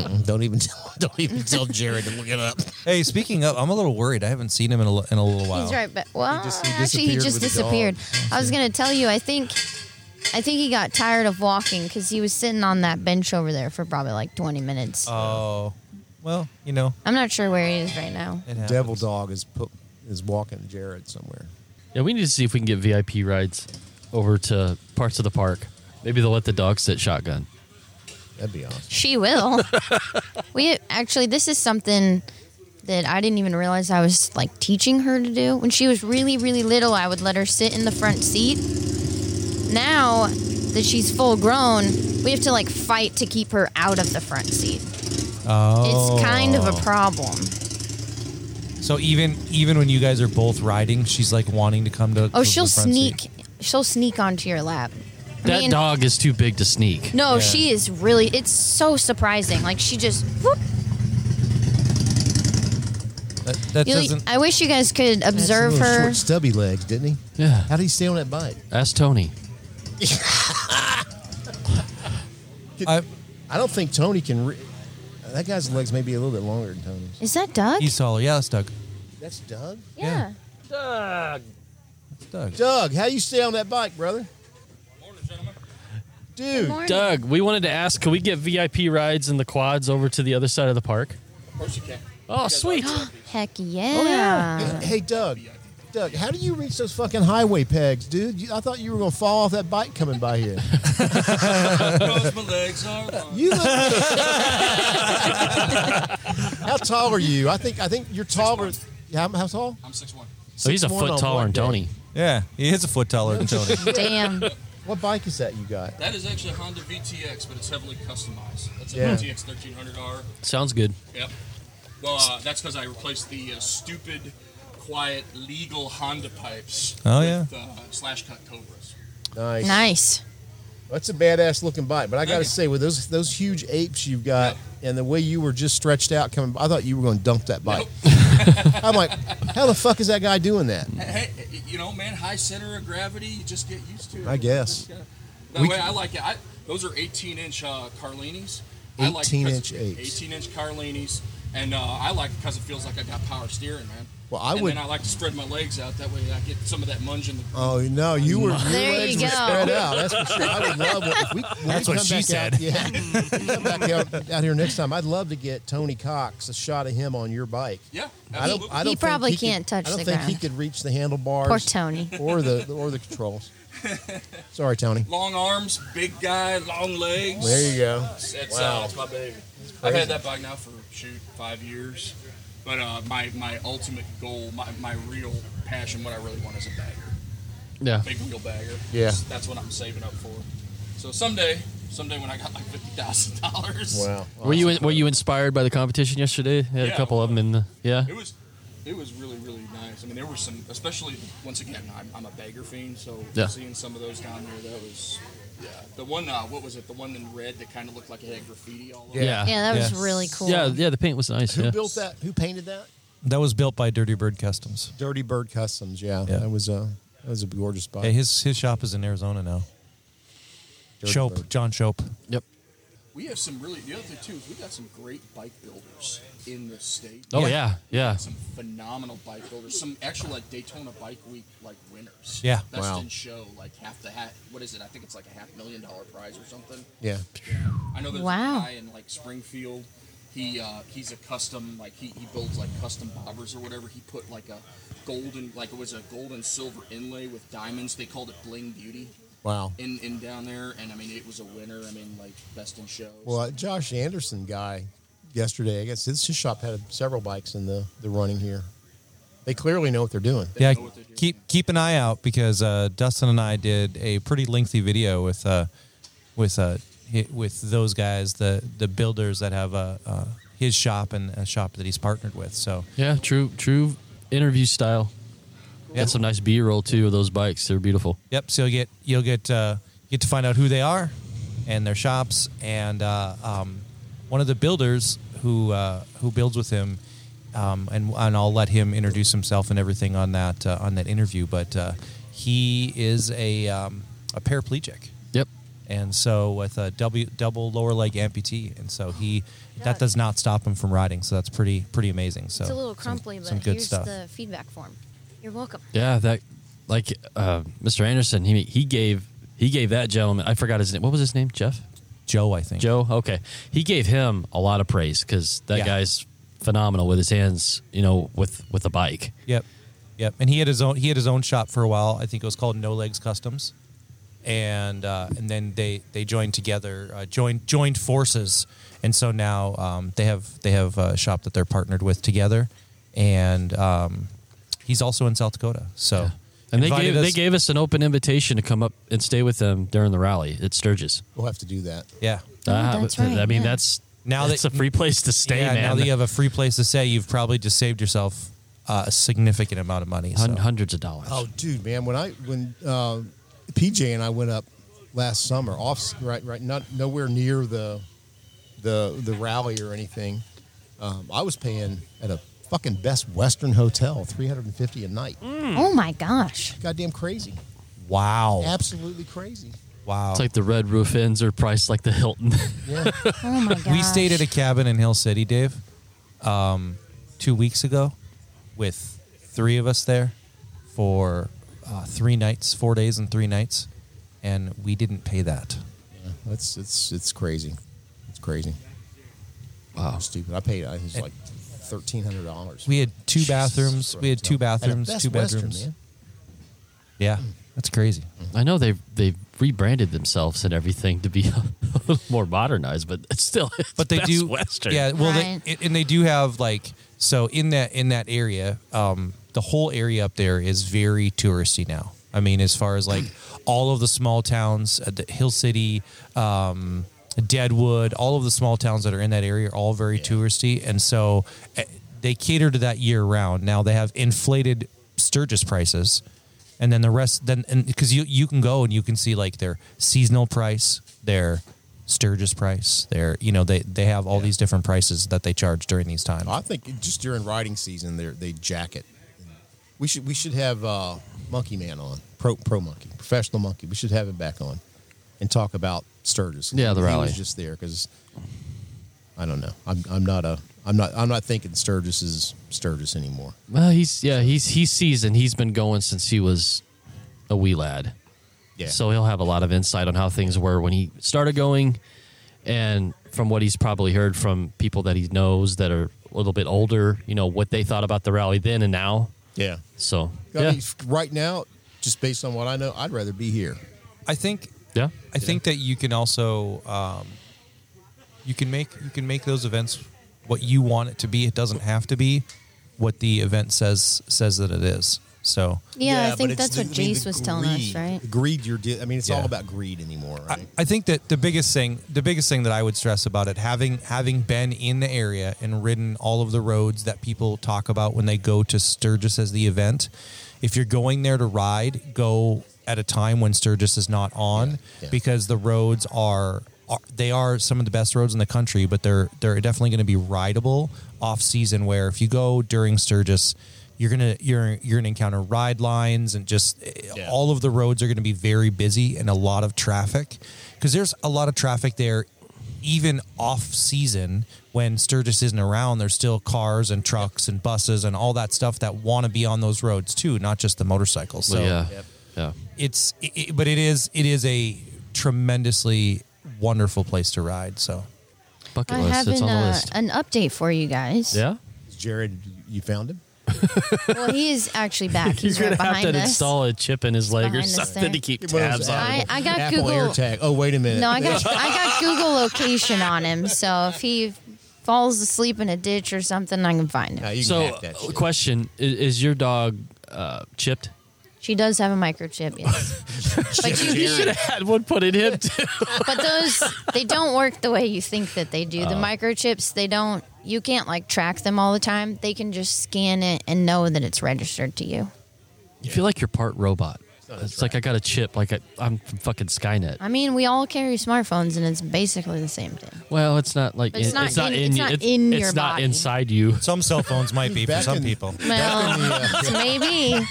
Nope.
Don't even tell, don't even tell Jared to look it up.
hey speaking of i'm a little worried i haven't seen him in a, li- in a little while
He's right back. Well,
just- he
actually, he
disappeared
just
with the dog.
disappeared. I was gonna tell you. I think, I think he got tired of walking because he was sitting on that bench over there for probably like 20 minutes.
oh well you know
I'm not sure where he is right now.
it happens.
Devil Dog is put, is walking Jared somewhere.
Yeah, we need to see if we can get VIP rides over to parts of the park. Maybe they'll let the dog sit shotgun.
That'd be awesome.
She will.
[LAUGHS]
we actually, this is something that I didn't even realize I was like teaching her to do. When she was really, really little, I would let her sit in the front seat. Now that she's full grown, we have to like fight to keep her out of the front seat.
oh
It's kind of a problem.
so even even when you guys are both riding she's like wanting to come to
Oh,
to
she'll
the front seat.
sneak. She'll sneak onto your lap. I
That
mean-
dog is too big to sneak.
No,
Yeah.
she is really. It's so surprising. Like she just. Whoop,
that, that
You-
doesn't
I wish you guys could observe
Little
her.
Short, stubby legs, didn't he?
Yeah.
How did he stay on that bike?
Ask Tony.
I,
I don't think Tony can. Re-
Uh,
that guy's legs may be a little bit longer than Tony's.
Is that Doug?
he's taller yeah that's doug
That's Doug.
yeah.
That's doug
Doug, how you stay on that bike, brother? Dude,
Morning.
Doug, we wanted to ask, can we get VIP rides in the quads over to the other side of the park?
Of course you can.
Oh, sweet.
Heck yeah.
hey Doug, Doug, how do you reach those fucking highway pegs, dude? You, I thought you were gonna fall off that bike coming by here.
Because my legs [LAUGHS] are long.
You look. [LAUGHS] how tall are you? I think I think you're taller. How, how tall?
I'm 6'1".
So he's a
6'1"
foot
on
taller
one
than
day.
Tony.
Yeah, he is a foot taller than Tony.
[LAUGHS] Damn.
What bike is that you got?
That is actually a Honda VTX, but it's heavily customized. That's a
Yeah.
VTX 1300R.
Sounds good.
Yep. Well, uh, that's because I replaced the uh, stupid, quiet, legal Honda pipes
Oh,
with uh, slash cut Cobras.
Nice.
nice.
That's a badass looking bike, but I got to
Thank you.
say, with those those huge apes you've got, and the way you were just stretched out coming, I thought you were going to dump that bike. [LAUGHS] I'm like, how the fuck is that guy doing that?
Hey, hey, you know, man, high center of gravity, you just get used to it.
I guess.
That
We-
way, I like it. I, those are 18 inch uh, Carlinis. I like
18 inch
because-
apes.
18 inch Carlinis. And uh, I like it because it feels like I got power steering, man.
Well, I
and
would-
then I like to spread my legs out. That way, I get some of that munge in the.
Oh no, you were your
There
legs were
you go.
spread out. That's for sure. I would love what, if we. When
That's
we
what
come
she
back
said.
Out, yeah, When we come back out, out here next time. I'd love to get Tony Cox a shot of him on your bike.
Yeah,
I don't.
absolutely.
I don't
He
think
probably
could-
can't touch
I don't
the
think he
ground.
could reach the handlebars
Poor Tony.
or the or the controls. Sorry, Tony.
Long arms, big guy, long legs.
There you go.
It's,
Wow.
uh, it's my baby. I've had that bike now for shoot five years, but uh, my my ultimate goal, my, my real passion, what I really want is a bagger,
Yeah.
big wheel bagger.
Yeah.
that's, that's what I'm saving up for. So someday, someday when I got like fifty thousand dollars,
Wow.
Were you were you inspired by the competition yesterday? They had a
Yeah.
couple of them in the yeah.
it was it was really really nice. I mean, there were some, especially once again, I'm, I'm a bagger fiend, so
Yeah.
seeing some of those down there, that was. Yeah. The one, uh, what was it? The one in red that kind of looked like it had graffiti all over. it.
Yeah.
Yeah,
Yeah.
that was
Yeah.
really cool.
Yeah, the paint was nice.
Who
yeah.
built that? Who painted that?
[LAUGHS] That was built by Dirty Bird Customs.
Dirty Bird Customs. Yeah,
Yeah.
that was a that was a gorgeous bike.
Yeah, his his shop is in Arizona now.
Dirty
Shope,
Bird.
John Shope.
Yep.
We have some really. The other thing too is we got some great bike builders in the state.
Oh
Yeah.
yeah. Yeah.
Some phenomenal bike builders. Some actual like Daytona Bike Week like winners.
Yeah.
Best
Wow.
in show. Like half the hat. What is it? I think it's like a half million dollar prize or something.
Yeah,
I know there's
Wow.
a guy in like Springfield He uh, he's a custom like he, he builds like custom bobbers or whatever. He put like a golden like it was a gold and silver inlay with diamonds. They called it Bling Beauty
Wow.
in in down there, and I mean it was a winner. I mean like best in show.
Well, that Josh Anderson guy yesterday, I guess his his shop had several bikes in the, the running here. They clearly know what they're doing.
They
yeah
know what they're doing.
keep keep an eye out because uh, Dustin and I did a pretty lengthy video with uh, with uh, hi- with those guys the the builders that have uh, uh, his shop and a shop that he's partnered with so
Yeah, true, true interview style.
Yeah.
Got some nice B roll too of those bikes. They're beautiful.
yep so you'll get you'll get uh, get to find out who they are and their shops and uh, um, one of the builders who uh, who builds with him um, and and I'll let him introduce himself and everything on that uh, on that interview but uh, he is a um, a paraplegic
Yep.
and so with a w, double lower leg amputee, and so he that does not stop him from riding. So that's pretty pretty amazing. So
It's a little
some-
crumply, but
some good
here's
stuff.
the feedback form. You're welcome.
Yeah, that like uh, Mr. Anderson. He he gave he gave that gentleman. I forgot his name. What was his name? Jeff.
Joe, I think
Joe. Okay, he gave him a lot of praise because that
Yeah.
guy's phenomenal with his hands. You know, with with a bike.
Yep, yep. And he had his own he had his own shop for a while. I think it was called No Legs Customs, and uh, and then they they joined together, uh, joined joined forces, and so now um, they have they have a shop that they're partnered with together, and um, he's also in South Dakota. So.
And they
invited
gave, they
us-
gave us an open invitation to come up and stay with them during the rally at Sturgis.
We'll have to do that.
yeah
Ah,
that's
but-
right,
I mean,
yeah.
that's
Now
now that's
that-
a free place to stay,
yeah,
man.
now that you have a free place to stay, you've probably just saved yourself uh, a significant amount of money.
[LAUGHS]
So.
Hun- hundreds of dollars.
Oh, dude, man, when I when uh, PJ and I went up last summer, off right, right, not nowhere near the the the rally or anything. Um, I was paying at a fucking Best Western hotel, three hundred and fifty a night.
Oh my gosh.
Goddamn crazy,
Wow.
absolutely crazy.
Wow.
It's like the Red Roof Inns are priced like the Hilton.
Yeah,
Oh my gosh.
we stayed at a cabin in Hill City, Dave, um, two weeks ago with three of us there for uh, three nights, four days and three nights. And we didn't pay that.
it's it's it's crazy. It's crazy.
wow.
Stupid. I paid. I was like thirteen hundred dollars.
We had two bathrooms. We had two bathrooms,
Best
two
Western,
bedrooms.
man.
Yeah. That's crazy.
[LAUGHS] I know they've they've rebranded themselves and everything to be [LAUGHS] a little more modernized, but it's still it's
[LAUGHS] but they
Best
do
Western.
Yeah, well,
Right.
they, and they do have like so in that in that area, um, the whole area up there is very touristy now. I mean, as far as like all of the small towns, uh, the Hill City, um, Deadwood, all of the small towns that are in that area are all very touristy, and so eh, they cater to that year round. Now they have inflated Sturgis prices and then the rest then and because you you can go and you can see like their seasonal price their sturgis price their you know they they have all these different prices that they charge during these times
I think just during riding season, they they jack it. We should we should have uh, Monkey Man on pro pro monkey professional monkey. We should have him back on and talk about Sturgis.
Yeah, the
He
rally.
was just there because I don't know. I'm I'm not a I'm not I'm not thinking Sturgis is Sturgis anymore.
Well, he's yeah he's he's seasoned. He's been going since he was a wee lad,
Yeah.
so he'll have a lot of insight on how things were when he started going, and from what he's probably heard from people that he knows that are a little bit older, you know what they thought about the rally then and now.
yeah.
So
I
yeah,
mean, right now, just based on what I know, I'd rather be here.
i think
yeah.
I think that you can also um, you can make you can make those events what you want it to be. It doesn't have to be what the event says says that it is. So
yeah, I
but
think
it's
that's
the-
what
I mean,
Jace
the
was telling us,
greed-
right?
the Greed, you're. Di- I mean, it's
Yeah.
all about greed anymore, right?
I, I think that the biggest thing the biggest thing that I would stress about it having having been in the area and ridden all of the roads that people talk about when they go to Sturgis as the event. If you're going there to ride, go at a time when Sturgis is not on
yeah.
because the roads are, are they are some of the best roads in the country, but they're they're definitely going to be rideable off season where if you go during Sturgis you're gonna you're you're gonna encounter ride lines and just eh,
Yeah.
all of the roads are gonna be very busy and a lot of traffic because there's a lot of traffic there even off season when Sturgis isn't around there's still cars and trucks and buses and all that stuff that want to be on those roads too not just the motorcycles so
Well, yeah, yeah.
it's it, it- but it is it is a tremendously wonderful place to ride so
Bucket
I
list.
have
It's
an,
on the
uh,
list.
an update for you guys.
Yeah.
Jared, you found him?
Well, he is actually back. He's
You're
right
gonna have
behind
to
us.
install a chip in his leg or
behind us
something
there.
to keep
One of those
tabs on.
I,
him.
I got
Apple
Google.
AirTag. Oh, wait a minute.
No, I got I got Google location on him. So if he falls asleep in a ditch or something, I can find
Now
him.
you can
So,
hack that
uh,
shit.
question: Is, is your dog uh, chipped?
She does have a microchip, yes. but you,
I [LAUGHS]
you
had one put in him too.
but those they don't work the way you think that they do. The
Oh.
microchips, they don't. You can't like track them all the time. They can just scan it and know that it's registered to you.
You feel like you're part robot. It's, like I got a chip. Like I, I'm from fucking Skynet.
I mean, we all carry smartphones, and it's basically the same thing.
Well, it's not like
But it's
in-
not in-
in,
it's
you-
not in
it's
your
not
body.
inside you.
Some cell phones might be for
Back
some
in- uh,
people.
[LAUGHS]
Well, [LAUGHS] maybe.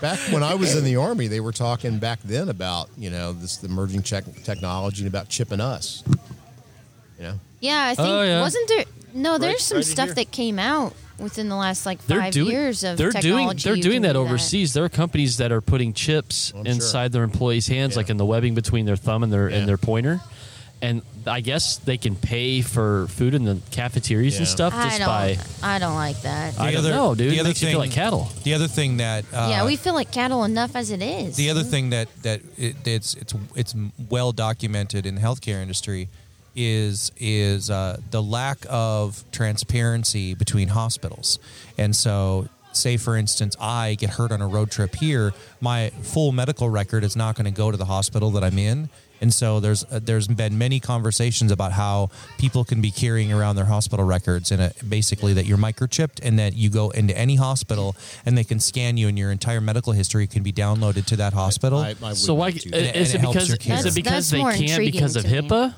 Back when I was in the army, they were talking back then about you know this the emerging check technology and about chipping us. You know,
Yeah, I think
Oh, yeah.
wasn't there? No, there's some
right in
stuff
here.
that came out within the last like
They're
five
doing
years of
they're doing
technology
they're
you
doing
can
that
do
overseas. There are companies that are putting chips
Oh, I'm
inside their employees' hands,
Yeah.
like in the webbing between their thumb and their
Yeah.
and their pointer. And I guess they can pay for food in the cafeterias and
Yeah.
stuff
I
just
don't.
by.
I don't like that.
I
The
don't
other-
know, dude.
the
It
other
makes you feel
thing-
like cattle.
The other thing that uh,
yeah, we feel like cattle enough as it is.
The other thing that that it, it's it's it's well documented in the healthcare industry is is uh, the lack of transparency between hospitals, and so. Say, for instance, I get hurt on a road trip here. My full medical record is not going to go to the hospital that I'm in, and so there's uh, there's been many conversations about how people can be carrying around their hospital records, and uh, basically that you're microchipped, and that you go into any hospital and they can scan you, and your entire medical history can be downloaded to that hospital.
I, I
So
wouldn't
why
do
is
that.
and it
it
helps
because
your
is
care.
it because
That's
they
more
can't
intriguing
because of
to me.
HIPAA?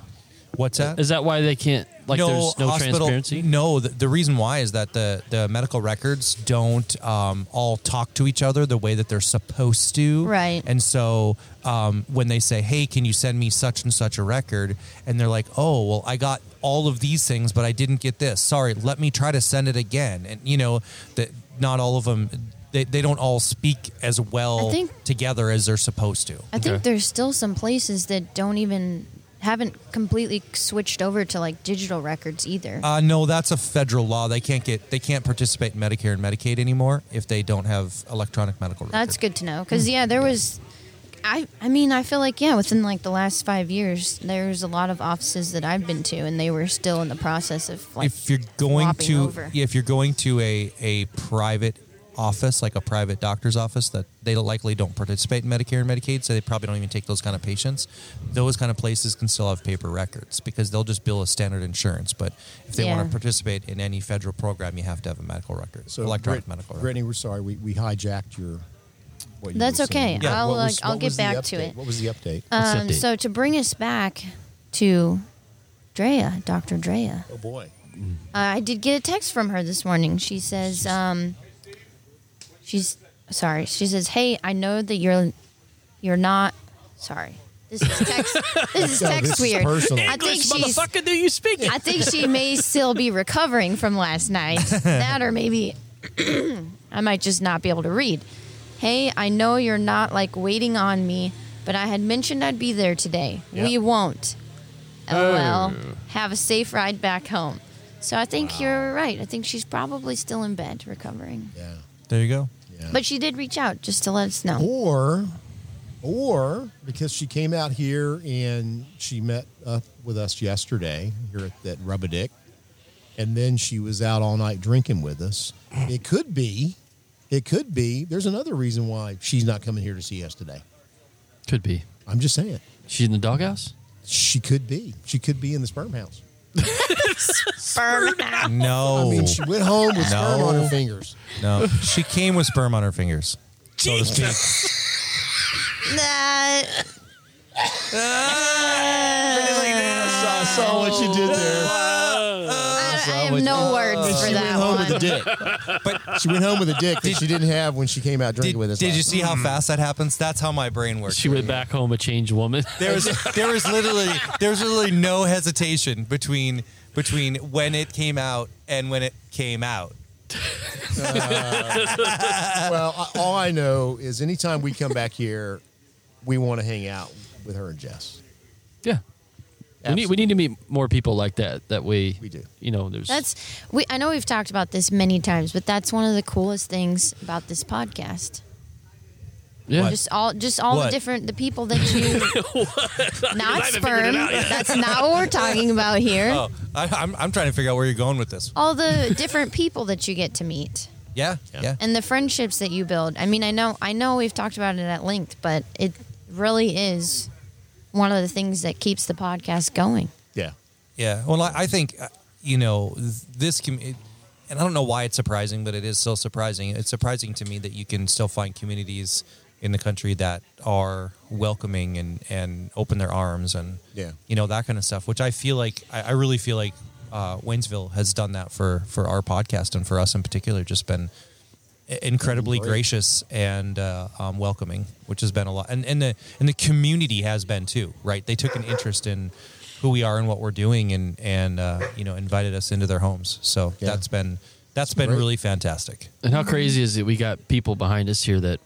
What's that?
Is that why they can't? Like there's no transparency.
No, the, the reason why is that the, the medical records don't um, all talk to each other the way that they're supposed to.
Right.
And so um, when they say, hey, can you send me such and such a record? And they're like, oh, well, I got all of these things, but I didn't get this. Sorry, let me try to send it again. And, you know, that not all of them. They, they don't all speak as well
I think-
together as they're supposed to.
I think there's still some places that don't even haven't completely switched over to like digital records either.
Uh, no, that's a federal law. They can't get they can't participate in Medicare and Medicaid anymore if they don't have electronic medical records.
That's good to know
Hmm.
because yeah, there was. I I mean, I feel like yeah, within like the last five years, there's a lot of offices that I've been to, and they were still in the process of like
if you're going
swapping
to
over.
yeah, if you're going to a a private office like a private doctor's office that they likely don't participate in Medicare and Medicaid, so they probably don't even take those kind of patients. Those kind of places can still have paper records because they'll just bill a standard insurance. But if they want
Yeah.
to participate in any federal program, you have to have a medical record,
So
electronic
Brit-
medical record.
Brittany, we're sorry we, we hijacked your. What you
That's
were saying.
okay. Yeah, I'll,
What was-
like, I'll
what
get
was the
back to
update?
it.
What was the update?
Um,
update?
so to bring us back to Drea, Dr. Drea,
oh boy,
uh, I did get a text from her this morning. She says, um, she's sorry. She says, hey, I know that you're, you're not sorry. This
[LAUGHS]
is text. this is
No,
text
this is
weird.
personal.
I think she's.
do you speak it?
I think she may still be recovering from
[LAUGHS]
last night. That or maybe [CLEARS THROAT] I might just not be able to read. Hey, I know you're not like waiting on me, but I had mentioned I'd be there today. We won't.
Oh.
LOL. Have a safe ride back home. So I think you're right. I think she's probably still in bed recovering.
yeah,
There you go.
yeah.
But she did reach out just to let us know.
or, or because she came out here and she met up with us yesterday here at that Rubadick, and then she was out all night drinking with us. It could be, it could be. There's another reason why she's not coming here to see us today.
Could be.
I'm just saying,
She's in the doghouse.
she could be. She could be in the sperm house.
No,
I mean, she went home with sperm on
Oh. No.
her fingers. [LAUGHS]
no, she came with sperm on her fingers. So to speak.
Nah,
I saw what you did there.
I, I have no words for
she went
that
home with a
one.
dick.
But-
But [LAUGHS] she went home with a dick that she didn't have when she came out drinking
Did,
with us.
did you
last
see how fast that happens? That's how my brain works.
She went back home a changed woman.
There was there was literally there was literally no hesitation between between when it came out and when it came out.
night. Well, I, all I know is anytime we come back here, we want to hang out with her and Jess.
[LAUGHS] yeah. We need, we need to meet more people like that. That way,
We do.
You know, there's
That's we. I know we've talked about this many times, but that's one of the coolest things about this podcast.
yeah.
Just all, just all
What?
the different the people that
[LAUGHS]
you not sperm. That's not what we're talking about here.
Oh, I, I'm, I'm trying to figure out where you're going with this.
All the different people that you get to meet
Yeah, yeah.
and the friendships that you build. I mean, I know, I know we've talked about it at length, but it really is one of the things that keeps the podcast going.
Yeah.
Yeah. Well, I, I think uh, you know th- this com- it- and I don't know why it's surprising, but it is still surprising. It's surprising to me that you can still find communities in the country that are welcoming and and open their arms and
Yeah.
you know that kind of stuff. Which I feel like I, I really feel like uh, Waynesville has done that for for our podcast and for us in particular. Just been i- incredibly gracious and uh, um, welcoming, which has been a lot. And and the and the community has been too, right? They took an interest in who we are and what we're doing, and and uh, you know invited us into their homes. So
Yeah.
that's been that's been
Right.
really fantastic.
And how crazy is it? We got people behind us here that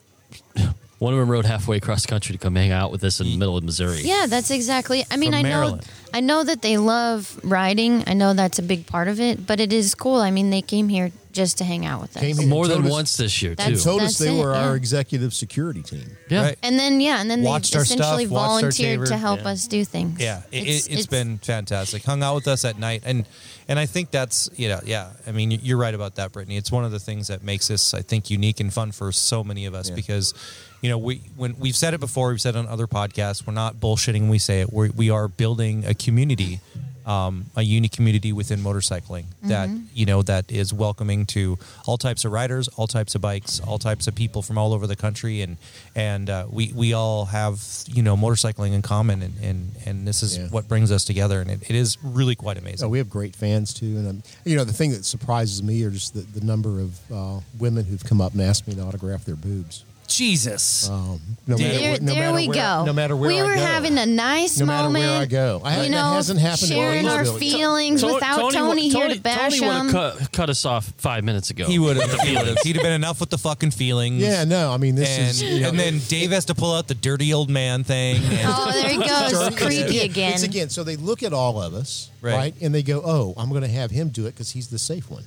[LAUGHS] one of them rode halfway across country to come hang out with us in the middle of Missouri.
Yeah, that's exactly. I mean,
From
I know,
Maryland.
I know that they love riding. I know that's a big part of it, but it is cool. I mean, they came here just to hang out with us.
Came here.
More than
Told us-
once this year, too.
That's-
Told us they
it,
were our
yeah.
executive security team.
yeah.
Right.
And then yeah, and then
Watched
they
our stuff,
essentially
watched our
volunteered
Tabor.
to help
Yeah.
us do things.
Yeah, it, it's, it's been fantastic. Hung out with us at night, and and I think that's you know yeah. I mean, you're right about that, Brittany. It's one of the things that makes this I think unique and fun for so many of us because you know we when we've said it before, we've said it on other podcasts, we're not bullshitting. when We say it. We're, we are building a community, um, a unique community within motorcycling that you know that is welcoming to all types of riders, all types of bikes, all types of people from all over the country, and and uh, we we all have you know motorcycling in common, and and, and this is
Yeah.
what brings us together, and it, it is really quite amazing.
Oh, we have great fans too, and um, you know the thing that surprises me are just the, the number of uh, women who've come up and asked me to autograph their boobs.
Jesus,
Um, no matter
There,
where- no
there
matter
we
where-
go.
No matter where
we
I
were
go.
having a nice
No matter
moment.
where I go. I-
you
that
know,
hasn't happened in
Sharing our
Waynesville.
feelings
To-
without Tony, here
Tony-
to bash
Tony would've
him.
Cut, cut us off five minutes ago.
he would have, he would have, he'd have been enough with the fucking feelings.
Yeah, no, I mean this
And,
is you know,
and then Dave has to pull out the dirty old man thing. and-
Oh, there he goes, creepy again.
It's again. So they look at all of us,
Right.
right? And they go, "Oh, I'm going to have him do it because he's the safe
[LAUGHS]
one."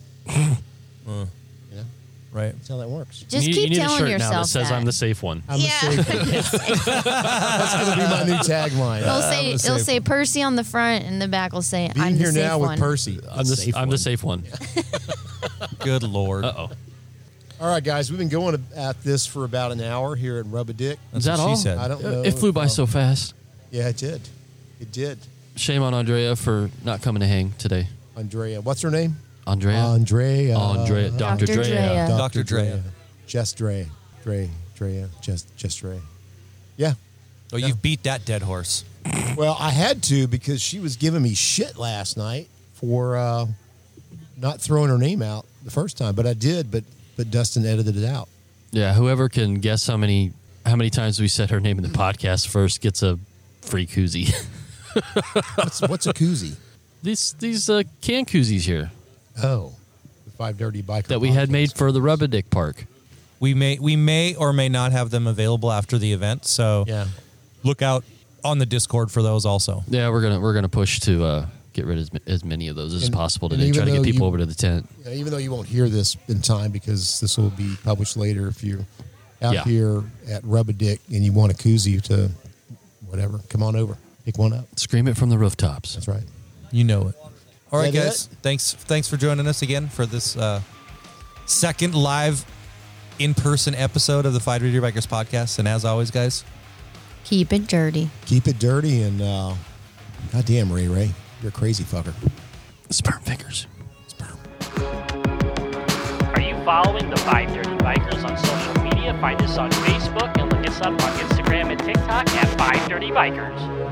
You know,
right.
that's how that works.
Just
you,
keep
you need a
telling
shirt
yourself
now that says
that.
I'm the safe one.
I'm
Yeah.
the safe one. That's going to be my new tagline.
They'll say
the
they'll
safe
say Percy on the front, and the back will say
Being
I'm the
here
safe
now
one.
with Percy.
I'm the, I'm the safe one.
Good lord.
Uh oh.
All right, guys, we've been going at this for about an hour here at Rub a Dick.
Is that
what she
all?
said.
I don't know.
It flew
if,
by
uh,
so fast.
Yeah, it did. It did.
Shame on Andrea for not coming to hang today.
Andrea, what's her name?
Andrea?
Andrea.
Andrea. Dr.
Dr.
Drea.
Drea.
Dr. Drea.
Jess Drea. Drea. Drea. Jess, Jess Drea. Yeah.
Oh, you've beat that dead horse.
Well, I had to because she was giving me shit last night for uh, not throwing her name out the first time, but I did, but but Dustin edited it out.
Yeah, whoever can guess how many how many times we said her name in the podcast first gets a free koozie. [LAUGHS]
What's, what's a koozie?
these these uh, can koozies here
Oh, the Five Dirty Biker.
that we had
podcast.
made for the Rub a Dick Park.
We may we may or may not have them available after the event. So
Yeah.
look out on the Discord for those also.
Yeah, we're gonna we're gonna push to uh, get rid of as, ma- as many of those as
And-
possible
and
today.
even
Try to get
though
people
you-
over to the tent.
Yeah, even though you won't hear this in time because this will be published later if you're out
Yeah.
here at Rub a Dick and you want a koozie to whatever, come on over. Pick one up.
Scream it from the rooftops.
That's right.
You know it. All right,
Is that
guys.
it?
Thanks thanks for joining us again for this uh, second live in person episode of the Five Reader Bikers podcast. And as always, guys,
Keep it dirty.
Keep it dirty and uh, goddamn, Ray Ray, you're a crazy fucker.
Sperm fingers.
Are you following the Five Dirty Bikers on social media? Find us on Facebook and look us up on Instagram and TikTok at Five Dirty Bikers.